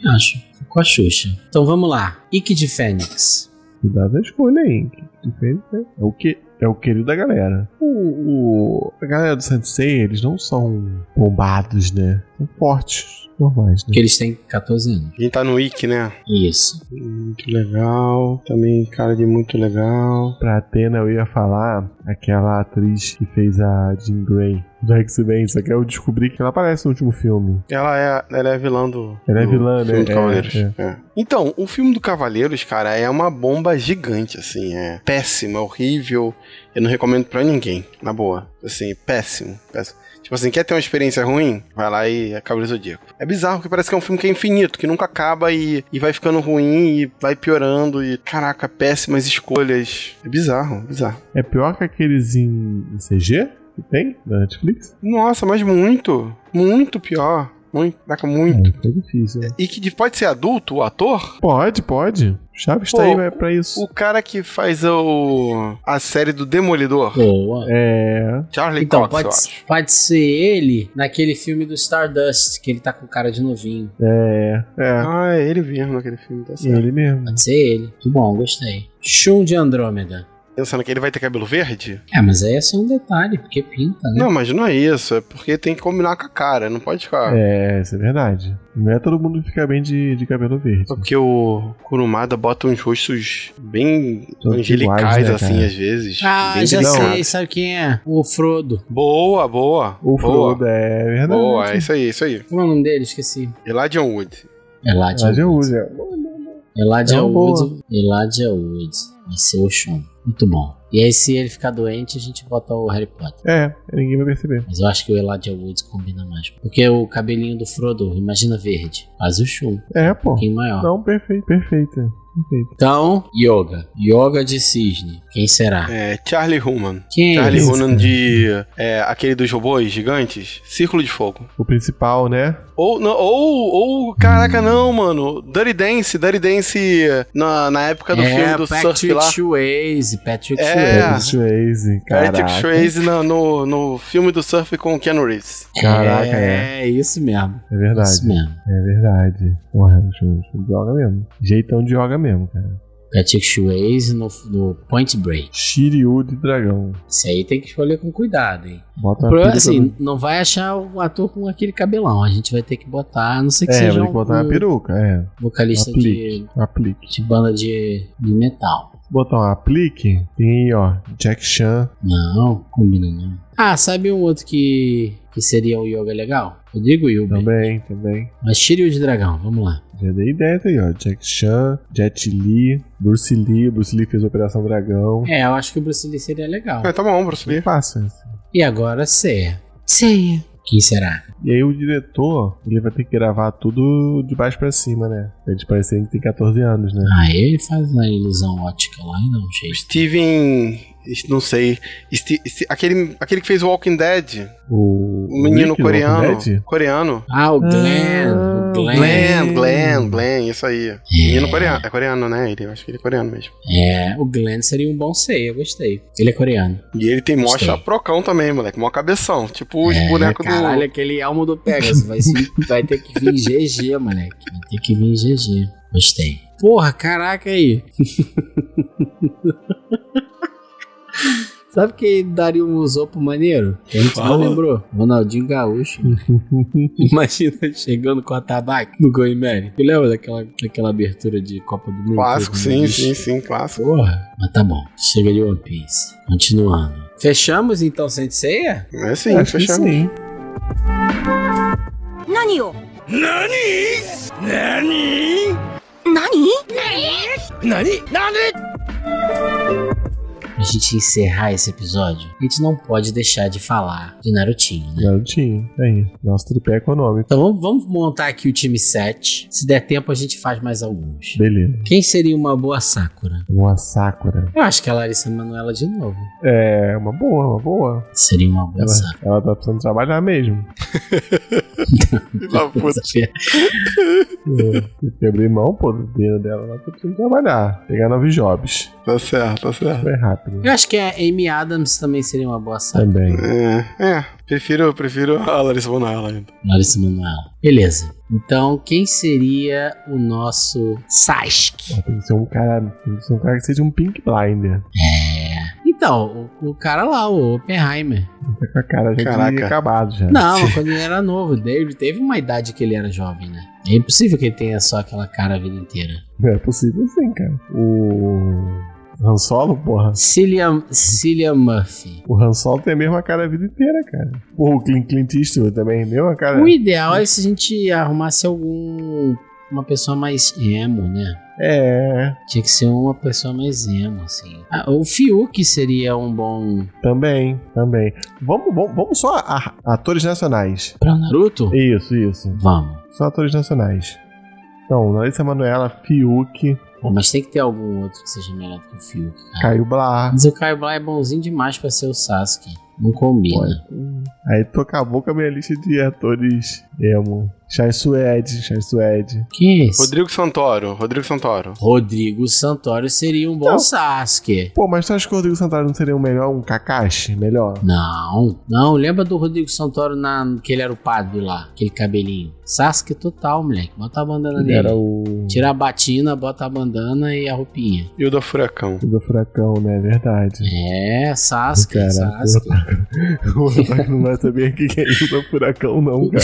Speaker 2: Eu acho. Ficou a Xuxa. Então vamos lá. Ike de Fênix.
Speaker 3: Cuidado a escolha aí. Que fez, né? É o que é o querido da galera. O, o- a galera do Sensei, eles não são bombados, né? São fortes, normais, né?
Speaker 2: Que eles têm 14 anos.
Speaker 4: Quem tá no Wiki, né?
Speaker 2: Isso.
Speaker 4: Muito legal. Também cara de muito legal.
Speaker 3: Pra Atena eu ia falar aquela atriz que fez a Jean Grey do X-Men, só que eu descobri que ela aparece no último filme.
Speaker 4: Ela é, ela é vilã do.
Speaker 3: Ela é
Speaker 4: do
Speaker 3: vilã, né?
Speaker 4: filme do
Speaker 3: É,
Speaker 4: Cavaleiros.
Speaker 3: é.
Speaker 4: É. Então, o filme do Cavaleiros, cara, é uma bomba gigante, assim. É péssimo, é horrível. Eu não recomendo pra ninguém, na boa. Assim, péssimo, péssimo. Tipo assim, quer ter uma experiência ruim? Vai lá e é Cavaleiro Zodíaco. É bizarro, porque parece que é um filme que é infinito, que nunca acaba e, e vai ficando ruim e vai piorando e, caraca, péssimas escolhas. É bizarro, bizarro.
Speaker 3: É pior que aqueles em, em CG que tem na Netflix?
Speaker 4: Nossa, mas muito, muito pior. Muito, caraca, muito.
Speaker 3: É difícil, né?
Speaker 4: E que de- pode ser adulto, o ator?
Speaker 3: Pode, pode. Chaves tá
Speaker 4: Pô,
Speaker 3: aí, vai pra isso.
Speaker 4: O cara que faz o a série do Demolidor,
Speaker 2: Boa.
Speaker 3: É.
Speaker 4: Charlie
Speaker 2: Então,
Speaker 4: Cox, eu
Speaker 2: pode,
Speaker 4: acho.
Speaker 2: pode ser ele naquele filme do Stardust, que ele tá com cara de novinho.
Speaker 3: É. É.
Speaker 4: Ah, é ele mesmo naquele filme. Tá certo.
Speaker 3: Ele mesmo.
Speaker 2: Pode ser ele. Muito bom, gostei. Shun de Andrômeda.
Speaker 4: Pensando que ele vai ter cabelo verde?
Speaker 2: É, mas aí é só um detalhe, porque pinta, né?
Speaker 4: Não, mas não é isso. É porque tem que combinar com a cara. Não pode ficar.
Speaker 3: É, isso é verdade. Não é todo mundo que fica bem de, de cabelo verde.
Speaker 4: Porque o Kurumada bota uns rostos bem
Speaker 3: Todos
Speaker 4: angelicais,
Speaker 3: iguais, né,
Speaker 4: assim,
Speaker 3: cara?
Speaker 4: às vezes.
Speaker 2: Ah,
Speaker 4: bem
Speaker 2: já
Speaker 4: delicados.
Speaker 2: sei, sabe quem é? O Frodo.
Speaker 4: Boa, boa.
Speaker 3: O
Speaker 4: boa.
Speaker 3: Frodo, é verdade.
Speaker 4: Boa, é isso aí, é isso aí.
Speaker 2: Como é o nome dele? Esqueci.
Speaker 4: Eladion Wood.
Speaker 2: Eladia
Speaker 3: Mas eu
Speaker 2: Wood.
Speaker 3: uso. é.
Speaker 2: Eladia
Speaker 3: É
Speaker 4: um
Speaker 3: uma
Speaker 2: Wood. Eladia Wood. Vai ser o Shun. Muito bom. E aí, se ele ficar doente, a gente bota o Harry Potter.
Speaker 3: É, ninguém vai perceber.
Speaker 2: Mas eu acho que o Eladia Wood combina mais. Porque o cabelinho do Frodo, imagina verde. Quase o Shun. Um
Speaker 3: É, pô.
Speaker 2: pouquinho maior.
Speaker 3: Não, perfeito, perfeito. Perfeito.
Speaker 2: Então, yoga. Yoga de cisne. Quem será?
Speaker 4: É, Charlie Human.
Speaker 2: Quem é
Speaker 4: Charlie
Speaker 2: esse?
Speaker 4: Hunnam de. É, aquele dos robôs gigantes? Círculo de Fogo.
Speaker 3: O principal, né?
Speaker 4: Ou, não, ou, ou, caraca, não, mano. Dirty Dance, Dirty Dance na, na época do filme do surf lá.
Speaker 2: É, Patrick Swayze. Patrick
Speaker 4: É.
Speaker 3: É.
Speaker 2: Swayze.
Speaker 3: Swayze,
Speaker 4: Patrick
Speaker 3: caraca.
Speaker 4: Swayze tipo na- no, no filme do surf com o Keanu Reeves.
Speaker 3: Caraca, é.
Speaker 2: é. isso mesmo.
Speaker 3: É verdade.
Speaker 2: Isso mesmo.
Speaker 3: É verdade. Porra, o filme filme de yoga mesmo. Jeitão de yoga mesmo, cara.
Speaker 2: Patrick Swayze no, no Point Break.
Speaker 3: Shiryu de dragão.
Speaker 2: Isso aí tem que escolher com cuidado, hein?
Speaker 3: Bota uma
Speaker 2: Pro-
Speaker 3: pilha
Speaker 2: assim, não vai achar o ator com aquele cabelão. A gente vai ter que botar, a não sei que
Speaker 3: pra... É,
Speaker 2: seja
Speaker 3: vai ter
Speaker 2: um,
Speaker 3: que botar uma
Speaker 2: um
Speaker 3: peruca, é.
Speaker 2: vocalista de,
Speaker 3: Aplique. Aplique.
Speaker 2: de banda de, de metal.
Speaker 3: Botar um aplique, tem aí, ó. Jack Chan.
Speaker 2: Não, combina não. Ah, sabe um outro que, que seria um yoga legal? Eu digo Yubi.
Speaker 3: Também, também.
Speaker 2: Mas Shiryu de dragão, vamos lá.
Speaker 3: Já dei ideia aí, ó. Jack Chan, Jet Li, Bruce Lee. Bruce Lee fez Operação Dragão.
Speaker 2: É, eu acho que o Bruce Lee seria legal.
Speaker 4: É, tá bom, Bruce
Speaker 3: Bem
Speaker 4: Lee.
Speaker 3: fácil. assim.
Speaker 2: E agora Seiya. Seiya. Quem será?
Speaker 3: E aí o diretor, ele vai ter que gravar tudo de baixo pra cima, né? Pra eles parecerem que tem 14 anos, né?
Speaker 2: Ah, ele faz uma ilusão ótica lá e um não,
Speaker 4: O
Speaker 2: gente.
Speaker 4: Steven. Não sei. Ste- Ste- aquele, aquele que fez Walking Dead.
Speaker 3: O,
Speaker 4: O menino
Speaker 3: Nick do
Speaker 4: coreano.
Speaker 3: Walking Dead?
Speaker 4: Coreano.
Speaker 2: Ah, o Glenn. o Glenn.
Speaker 4: Glenn, Glenn, Glenn, isso aí. Menino coreano. É coreano, né? Ele, eu acho que ele é coreano mesmo.
Speaker 2: É, o Glenn seria um bom Seiya, gostei. Ele é coreano.
Speaker 4: E ele tem mó
Speaker 2: Gostei.
Speaker 4: chaprocão também, moleque. Mó cabeção. Tipo os
Speaker 2: É,
Speaker 4: bonecos
Speaker 2: Caralho,
Speaker 4: do.
Speaker 2: aquele almo do Pegasus. Vai, se- vai ter que vir GG, moleque. Vai ter que vir GG. Gostei. Porra, caraca aí. Sabe quem daria um usopo maneiro? Que a gente não
Speaker 4: Fala.
Speaker 2: lembrou. Ronaldinho Gaúcho. Imagina chegando com a tabaco no Goimeri. Tu lembra daquela, daquela abertura de Copa do Mundo?
Speaker 4: Clássico,
Speaker 2: Foi
Speaker 4: sim,
Speaker 2: Ronaldinho
Speaker 4: sim, sim, clássico.
Speaker 2: Porra. Mas tá bom. Chega de One Piece. Continuando. Fechamos então, Sensei?
Speaker 4: É sim,
Speaker 3: Acho que
Speaker 4: fechamos.
Speaker 3: sim.
Speaker 7: 何を何何何
Speaker 2: A gente encerrar esse episódio, a gente não pode deixar de falar de Narutinho, né?
Speaker 3: Garotinho, aí. Nosso tripé econômico.
Speaker 2: Então vamos, vamos montar aqui o time 7. Se der tempo, a gente faz mais alguns.
Speaker 3: Beleza.
Speaker 2: Quem seria uma boa Sakura?
Speaker 3: Uma Sakura.
Speaker 2: Eu acho que a Larissa Manoela de novo.
Speaker 3: É, uma boa, uma boa.
Speaker 2: Seria uma boa
Speaker 3: Ela,
Speaker 2: Sakura.
Speaker 3: ela tá precisando trabalhar mesmo.
Speaker 2: Ah,
Speaker 4: Filha da puta.
Speaker 3: É, Tem que abrir mão, pô, do dinheiro dela. Ela tá precisando trabalhar. Pegar novos jobs.
Speaker 4: Tá certo, tá certo.
Speaker 3: Foi rápido.
Speaker 2: Eu acho que a Amy Adams também seria uma boa Sakura.
Speaker 3: Também.
Speaker 4: É, é. Prefiro, prefiro a Larissa Bonella ainda.
Speaker 2: Larissa Manoela. Beleza. Então, quem seria o nosso Sasuke?
Speaker 3: Tem que ser um cara. Tem que ser um cara que seja um pink blinder.
Speaker 2: Então, o, o cara lá, o Oppenheimer.
Speaker 3: Tá com a cara já de
Speaker 4: Caraca.
Speaker 3: acabado já.
Speaker 2: Não, mas quando ele era novo, ele teve uma idade que ele era jovem, né? É impossível que ele tenha só aquela cara a vida inteira.
Speaker 3: É possível sim, cara. O. Han Solo, porra.
Speaker 2: Cillian, Cillian Murphy.
Speaker 3: O Han Solo tem a mesma cara a vida inteira, cara. Porra, o Clint, Clint Eastwood também, mesma cara.
Speaker 2: O ideal é se a gente arrumasse algum. Uma pessoa mais emo, né?
Speaker 3: É,
Speaker 2: Tinha que ser uma pessoa mais emo, assim. Ah, o Fiuk seria um bom.
Speaker 3: também, também. Vamos, vamos, vamos só a- atores nacionais.
Speaker 2: Pra Naruto?
Speaker 3: Isso, isso.
Speaker 2: Vamos.
Speaker 3: Só atores nacionais. Então, Larissa Manoela, Fiuk,
Speaker 2: Pô, mas tem que ter algum outro que seja melhor do que o Fiuk, cara.
Speaker 3: Caio Blá.
Speaker 2: Mas o Caio Blá é bonzinho demais pra ser o Sasuke. Não combina.
Speaker 3: Aí tu acabou com a minha lista de atores emo. Chai Suede, Chai Suede.
Speaker 2: Quem é esse? Rodrigo,
Speaker 4: Rodrigo Santoro, Rodrigo Santoro.
Speaker 2: Santoro seria um bom
Speaker 3: Não.
Speaker 2: Sasuke.
Speaker 3: Pô, mas tu acha que o Rodrigo Santoro não seria um melhor, um Kakashi? Melhor?
Speaker 2: Não, não, lembra do Rodrigo Santoro na, que ele era o padre lá, aquele cabelinho. Sasuke total, moleque. Bota a bandana
Speaker 3: Ele
Speaker 2: nele.
Speaker 3: era o.
Speaker 2: Tira a batina, bota a bandana e a roupinha.
Speaker 4: E o da Furacão.
Speaker 3: Do furacão, né? Verdade.
Speaker 2: É, Sasuke,
Speaker 3: Caraca.
Speaker 2: Sasuke.
Speaker 3: O Otávio não vai saber o que que é isso, é furacão, não, cara.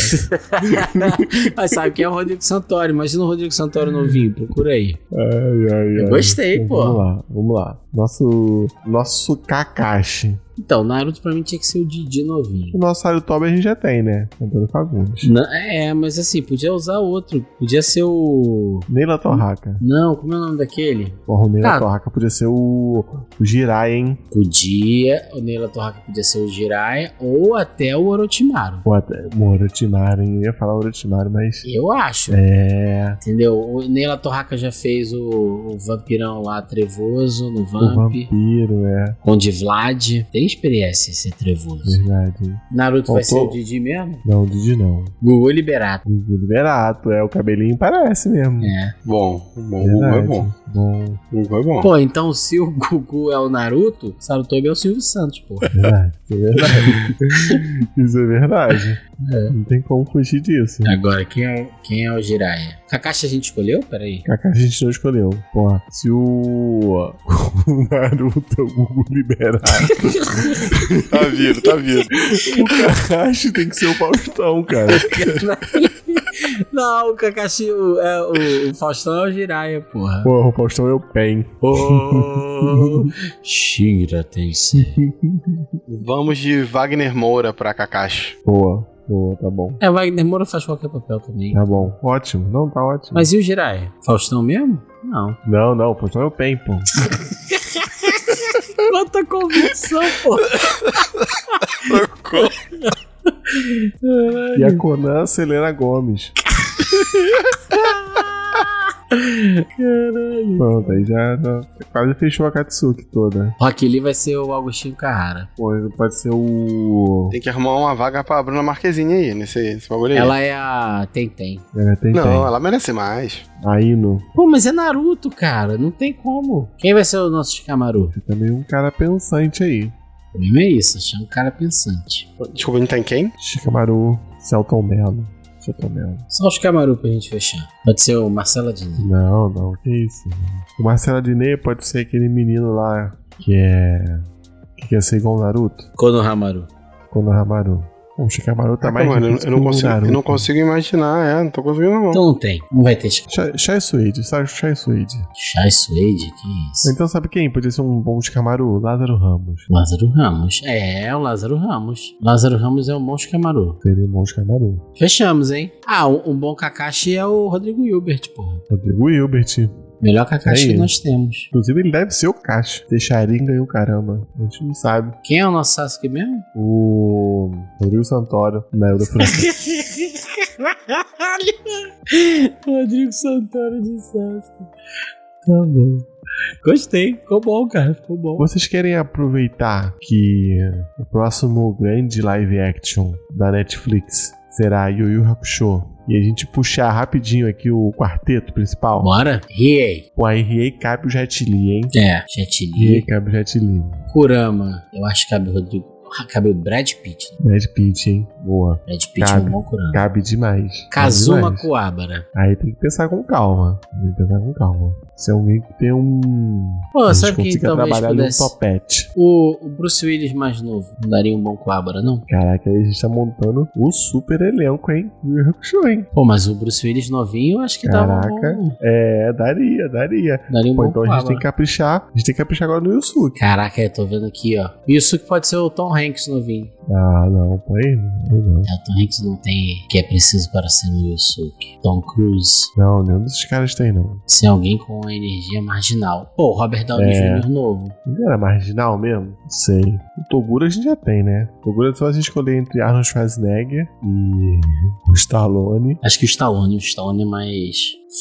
Speaker 2: Mas sabe quem é o Rodrigo Santoro? Imagina o Rodrigo Santoro novinho, procura aí.
Speaker 3: Ai, ai,
Speaker 2: Eu
Speaker 3: ai.
Speaker 2: gostei,
Speaker 3: Então,
Speaker 2: pô.
Speaker 3: Vamos lá, vamos lá. Nosso. Nosso Kakashi.
Speaker 2: Então, Naruto pra mim tinha que ser o Didi
Speaker 3: O
Speaker 2: novinho.
Speaker 3: nosso Sarutobi a gente já tem, né? Antônio Fagundes.
Speaker 2: Na- é, mas assim, podia usar outro. Podia ser o.
Speaker 3: Neila Torraca.
Speaker 2: Não, como é o nome daquele?
Speaker 3: Porra, o Neila
Speaker 2: Cara.
Speaker 3: Torraca podia ser o. O Jirai, hein?
Speaker 2: Podia, o Neila Torraca podia ser o Jiraiya ou até o Orochimaru.
Speaker 3: Pô, até- o Orochimaru, hein? Eu ia falar Orochimaru, mas.
Speaker 2: Eu acho,
Speaker 3: É.
Speaker 2: entendeu? O Neila Torraca já fez o, o vampirão lá trevoso no
Speaker 3: O
Speaker 2: Vamp,
Speaker 3: vampiro, é.
Speaker 2: Conde Vlad. Tem experiência em ser trevoso.
Speaker 3: Verdade. hein?
Speaker 2: Naruto vai ser
Speaker 3: Faltou.
Speaker 2: o Didi mesmo?
Speaker 3: Não, Didi não.
Speaker 2: Gugu Liberato.
Speaker 3: O Liberato, é. O cabelinho parece mesmo.
Speaker 2: É.
Speaker 4: Bom, bom,
Speaker 3: Verdade.
Speaker 4: é bom.
Speaker 3: Bom,
Speaker 4: Gugu é bom.
Speaker 2: Pô, então se o Gugu é o Naruto, Sarutobi é o Silvio Santos, pô.
Speaker 3: verdade. Isso é verdade. Isso é verdade. Não tem como fugir disso.
Speaker 2: Agora, quem é, quem é o Jiraiya? Kakashi a gente escolheu? Peraí.
Speaker 3: Kaká a gente não escolheu. Porra, se o, o Naruto, o Gugu liberar,
Speaker 4: Tá vindo, tá vindo.
Speaker 3: o Kakashi tem que ser o Faustão, cara.
Speaker 2: Não, o Kakashi, o, é, o- o Faustão é o Jiraiya, porra.
Speaker 3: Porra, o Faustão é o PEN.
Speaker 2: Oh, Shira Tensei.
Speaker 4: Vamos de Wagner Moura pra Kakashi.
Speaker 3: Boa, boa, tá bom.
Speaker 2: É, Wagner Moura faz qualquer papel também.
Speaker 3: Tá bom. Ótimo. Não, tá ótimo.
Speaker 2: Mas e o Jiraiya? Faustão mesmo? Não.
Speaker 3: Não, não, o Faustão é o PEN, pô.
Speaker 2: Quanta tá convicção, pô.
Speaker 3: E a Conan, Selena Gomes. Caralho. Pronto, aí já, já quase fechou a Katsuki toda.
Speaker 2: Rock Lee vai ser o Agostinho Carrara.
Speaker 3: Pô, pode ser o.
Speaker 4: Tem que arrumar uma vaga pra Bruna Marquezine aí, nesse, nesse bagulho aí.
Speaker 2: Ela é a Tenten.
Speaker 3: É, tem,
Speaker 4: Não,
Speaker 3: tem.
Speaker 4: ela merece mais.
Speaker 3: Aino.
Speaker 2: Pô, mas é Naruto, cara. Não tem como. Quem vai ser o nosso Shikamaru?
Speaker 3: Você também é um cara pensante aí.
Speaker 2: O problema é isso, achar um cara pensante.
Speaker 4: Desculpa, não tem quem?
Speaker 3: Shikamaru, Celton Mello. Celton Mello.
Speaker 2: Só os Shikamaru pra gente fechar. Pode ser o Marcelo Diniz.
Speaker 3: Não, não, que isso. mano. O Marcelo Adnet pode ser aquele menino lá que é. que quer ser igual o Naruto,
Speaker 2: Konohamaru.
Speaker 3: Konohamaru. O Shikamaru tá
Speaker 4: Caraca,
Speaker 3: mais
Speaker 4: mano, eu,
Speaker 3: difícil
Speaker 4: eu não
Speaker 3: que o
Speaker 4: consigo, eu
Speaker 3: Naruto.
Speaker 4: não consigo imaginar, é, não tô conseguindo não.
Speaker 2: Então não tem. Não vai ter Shik-
Speaker 3: Shai- Shai Suede, sabe o Shai Suede?
Speaker 2: Shai Suede? Que isso?
Speaker 3: Então sabe quem? Podia ser um bom Shikamaru? Lázaro Ramos.
Speaker 2: Lázaro Ramos. É, o Lázaro Ramos. Lázaro Ramos é o bom Shikamaru.
Speaker 3: Seria um bom Shikamaru.
Speaker 2: Fechamos, hein? Ah, um, um bom Kakashi é o Rodrigo Hilbert, porra.
Speaker 3: Rodrigo Hilbert.
Speaker 2: Melhor que a caixa
Speaker 3: Aí.
Speaker 2: que nós temos.
Speaker 3: Inclusive, ele deve ser o Caixa. Deixarinho ganhou caramba. A gente não sabe.
Speaker 2: Quem é o nosso Sasuke mesmo?
Speaker 3: O Rodrigo Santoro, na Elda França.
Speaker 2: Rodrigo Santoro de Sasuke. Tá bom. Gostei. Ficou bom, cara. Ficou bom.
Speaker 3: Vocês querem aproveitar que o próximo grande live action da Netflix será Yu Yu Hakusho e a gente puxar rapidinho aqui o quarteto principal?
Speaker 2: Bora? Riei.
Speaker 3: Pô, aí Riei cabe o Jatili, hein?
Speaker 2: É, Jetli.
Speaker 3: Riei cabe o Jatili.
Speaker 2: Kurama. Eu acho que cabe o Rodrigo. Ah, Cabe o Brad Pitt.
Speaker 3: Brad Pitt, hein? Boa.
Speaker 2: Brad Pitt é
Speaker 3: Cabe.
Speaker 2: um bom Kurama.
Speaker 3: Cabe demais. Cabe
Speaker 2: Kazuma
Speaker 3: demais.
Speaker 2: Kuwabara.
Speaker 3: Aí tem que pensar com calma. Tem que pensar com calma. Se alguém que tem um.
Speaker 2: Pô,
Speaker 3: a gente
Speaker 2: sabe quem
Speaker 3: consiga
Speaker 2: talvez
Speaker 3: trabalhar ali
Speaker 2: pudesse?
Speaker 3: um topete.
Speaker 2: O, o Bruce Willis mais novo. Não daria um bom Kuwabara, não?
Speaker 3: Caraca, aí a gente tá montando o super elenco, hein? Yu Yu Hakusho, hein?
Speaker 2: Pô, mas o Bruce Willis novinho, eu acho que dava um
Speaker 3: Caraca.
Speaker 2: bom.
Speaker 3: É, daria, daria.
Speaker 2: Daria um
Speaker 3: Pô,
Speaker 2: bom
Speaker 3: então a gente
Speaker 2: Kuwabara.
Speaker 3: tem que caprichar. A gente tem que caprichar agora no Yusuke.
Speaker 2: Caraca, eu tô vendo aqui, ó. Isso que pode ser o Tom Hanks novinho.
Speaker 3: Ah, não, pô, aí não.
Speaker 2: É, o Tom Hanks não tem que é preciso para ser um Yusuke. Tom Cruise.
Speaker 3: Não, nenhum desses caras tem, não.
Speaker 2: Ser alguém com uma energia marginal. Pô, o Robert Downey
Speaker 3: É.
Speaker 2: Jr. novo.
Speaker 3: Ele era marginal mesmo? Não Sei. O Toguro a gente já tem, né? O Toguro é só a gente escolher entre Arnold Schwarzenegger e o Stallone.
Speaker 2: Acho que o Stallone, o Stallone é mais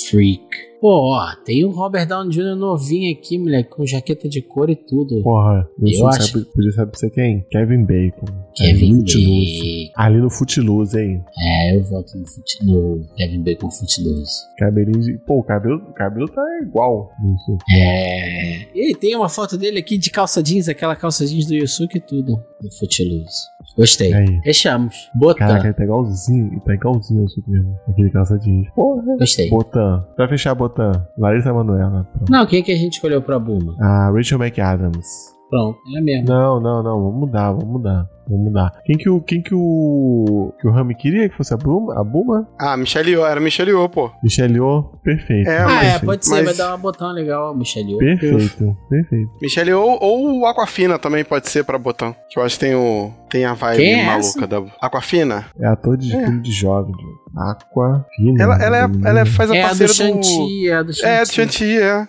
Speaker 2: freak. Pô, ó, tem o Robert Downey Jr. novinho aqui, moleque, com jaqueta de cor e tudo.
Speaker 3: Porra,
Speaker 2: Eu
Speaker 3: Wilson
Speaker 2: acho-
Speaker 3: sabe- podia saber você quem? Kevin Bacon. é
Speaker 2: Kevin
Speaker 3: Footloose.
Speaker 2: Bacon.
Speaker 3: Ali no Footloose, hein?
Speaker 2: É, eu voto no, fute- no Kevin Bacon Footloose.
Speaker 3: Cabelinho de. Pô, o cabelo, o cabelo tá igual. Isso.
Speaker 2: É. E tem uma foto dele aqui de calça jeans, aquela calça jeans do Yusuke e tudo. Do Footloose. Gostei.
Speaker 3: Aí.
Speaker 2: Fechamos. Botan.
Speaker 3: Caraca, ele tá igualzinho. Ele tá igualzinho isso mesmo. Aquele calça jeans. Porra.
Speaker 2: Gostei.
Speaker 3: Botan. Pra fechar, Botan. Larissa Manoela. Pronto.
Speaker 2: Não, quem é que a gente escolheu pra Buma?
Speaker 3: Ah, Rachel McAdams.
Speaker 2: Pronto, é mesmo.
Speaker 3: Não, não, não. Vamos mudar, vamos mudar. Vamos mudar. Quem que o. Quem que o. Que o Rami queria que fosse a Buma? A Buma?
Speaker 4: Ah, Michelle Yeoh, era Michelle Yeoh, pô.
Speaker 3: Michelle Yeoh, Perfeito.
Speaker 4: É,
Speaker 2: ah, é,
Speaker 4: mas-
Speaker 2: pode ser,
Speaker 4: mas-
Speaker 2: vai dar uma botão legal, Michelle. Yeoh. É
Speaker 3: Perfeito, perfeito.
Speaker 4: Michelle Yeoh ou o Aquafina também pode ser pra botão. Que eu acho que tem, o, tem a vibe
Speaker 2: Quem é
Speaker 4: maluca da Aquafina.
Speaker 3: É ator de filme de jovem. de Aqua. Fina,
Speaker 4: Ela, ela, é, ela é- faz a
Speaker 2: É a do
Speaker 4: parceira
Speaker 2: Shanti, é a do Shanti.
Speaker 4: É, do Chanti, é.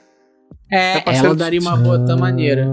Speaker 2: É,
Speaker 4: É parceiro
Speaker 2: ela
Speaker 4: do
Speaker 2: daria uma
Speaker 3: Ah,
Speaker 2: botão maneira.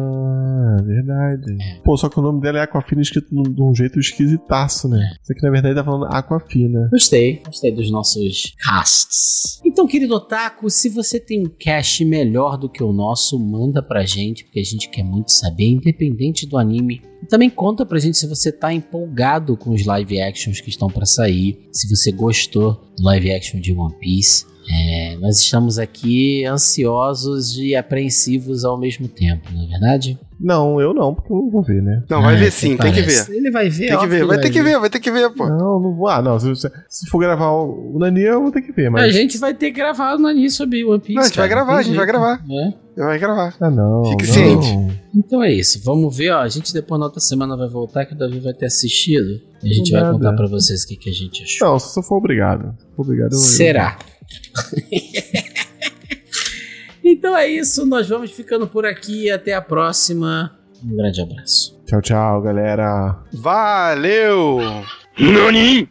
Speaker 3: verdade. Pô, só que o nome dela é Aquafina escrito num- de um jeito esquisitaço, né? Isso aqui na verdade tá falando Aquafina.
Speaker 2: Gostei, gostei dos nossos casts. Então, querido Otaku, se você tem um cast melhor do que o nosso, manda pra gente, porque a gente quer muito saber, independente do anime. E também conta pra gente se você tá empolgado com os live actions que estão pra sair, se você gostou do live action de One Piece. É, nós estamos aqui ansiosos e apreensivos ao mesmo tempo, não é verdade?
Speaker 3: Não, eu não, porque eu não vou ver, né?
Speaker 4: Não, vai
Speaker 2: Ah,
Speaker 4: ver sim, tem que ver.
Speaker 2: parece. Ele vai ver,
Speaker 4: Tem que
Speaker 2: óbvio
Speaker 4: ver, vai ter É que ver, vai ter que ver, pô.
Speaker 3: Não, não vou. Ah, não. Se, se- se for gravar o o Nani, eu vou ter que ver,
Speaker 2: A
Speaker 3: mas.
Speaker 2: gente vai ter gravado no anime sobre One Piece.
Speaker 4: Não, a gente vai
Speaker 2: cara,
Speaker 4: gravar, a
Speaker 2: tem
Speaker 4: gente vai
Speaker 2: jeito,
Speaker 4: gravar.
Speaker 2: né?
Speaker 4: Vai gravar.
Speaker 3: Ah, não.
Speaker 4: Fique
Speaker 3: não.
Speaker 4: ciente.
Speaker 2: Então é isso. Vamos ver, ó. A gente depois na outra semana vai voltar que o Davi vai ter assistido. E a gente vai
Speaker 3: Nada.
Speaker 2: contar pra vocês o que, que a gente achou.
Speaker 3: Não, se eu for obrigado. Se for obrigado, eu-
Speaker 2: Será? então é isso. Nós vamos ficando por aqui. Até a próxima. Um grande abraço.
Speaker 3: Tchau, tchau, galera.
Speaker 4: Valeu!
Speaker 1: 何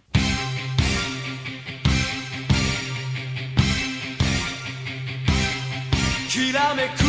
Speaker 5: きらめく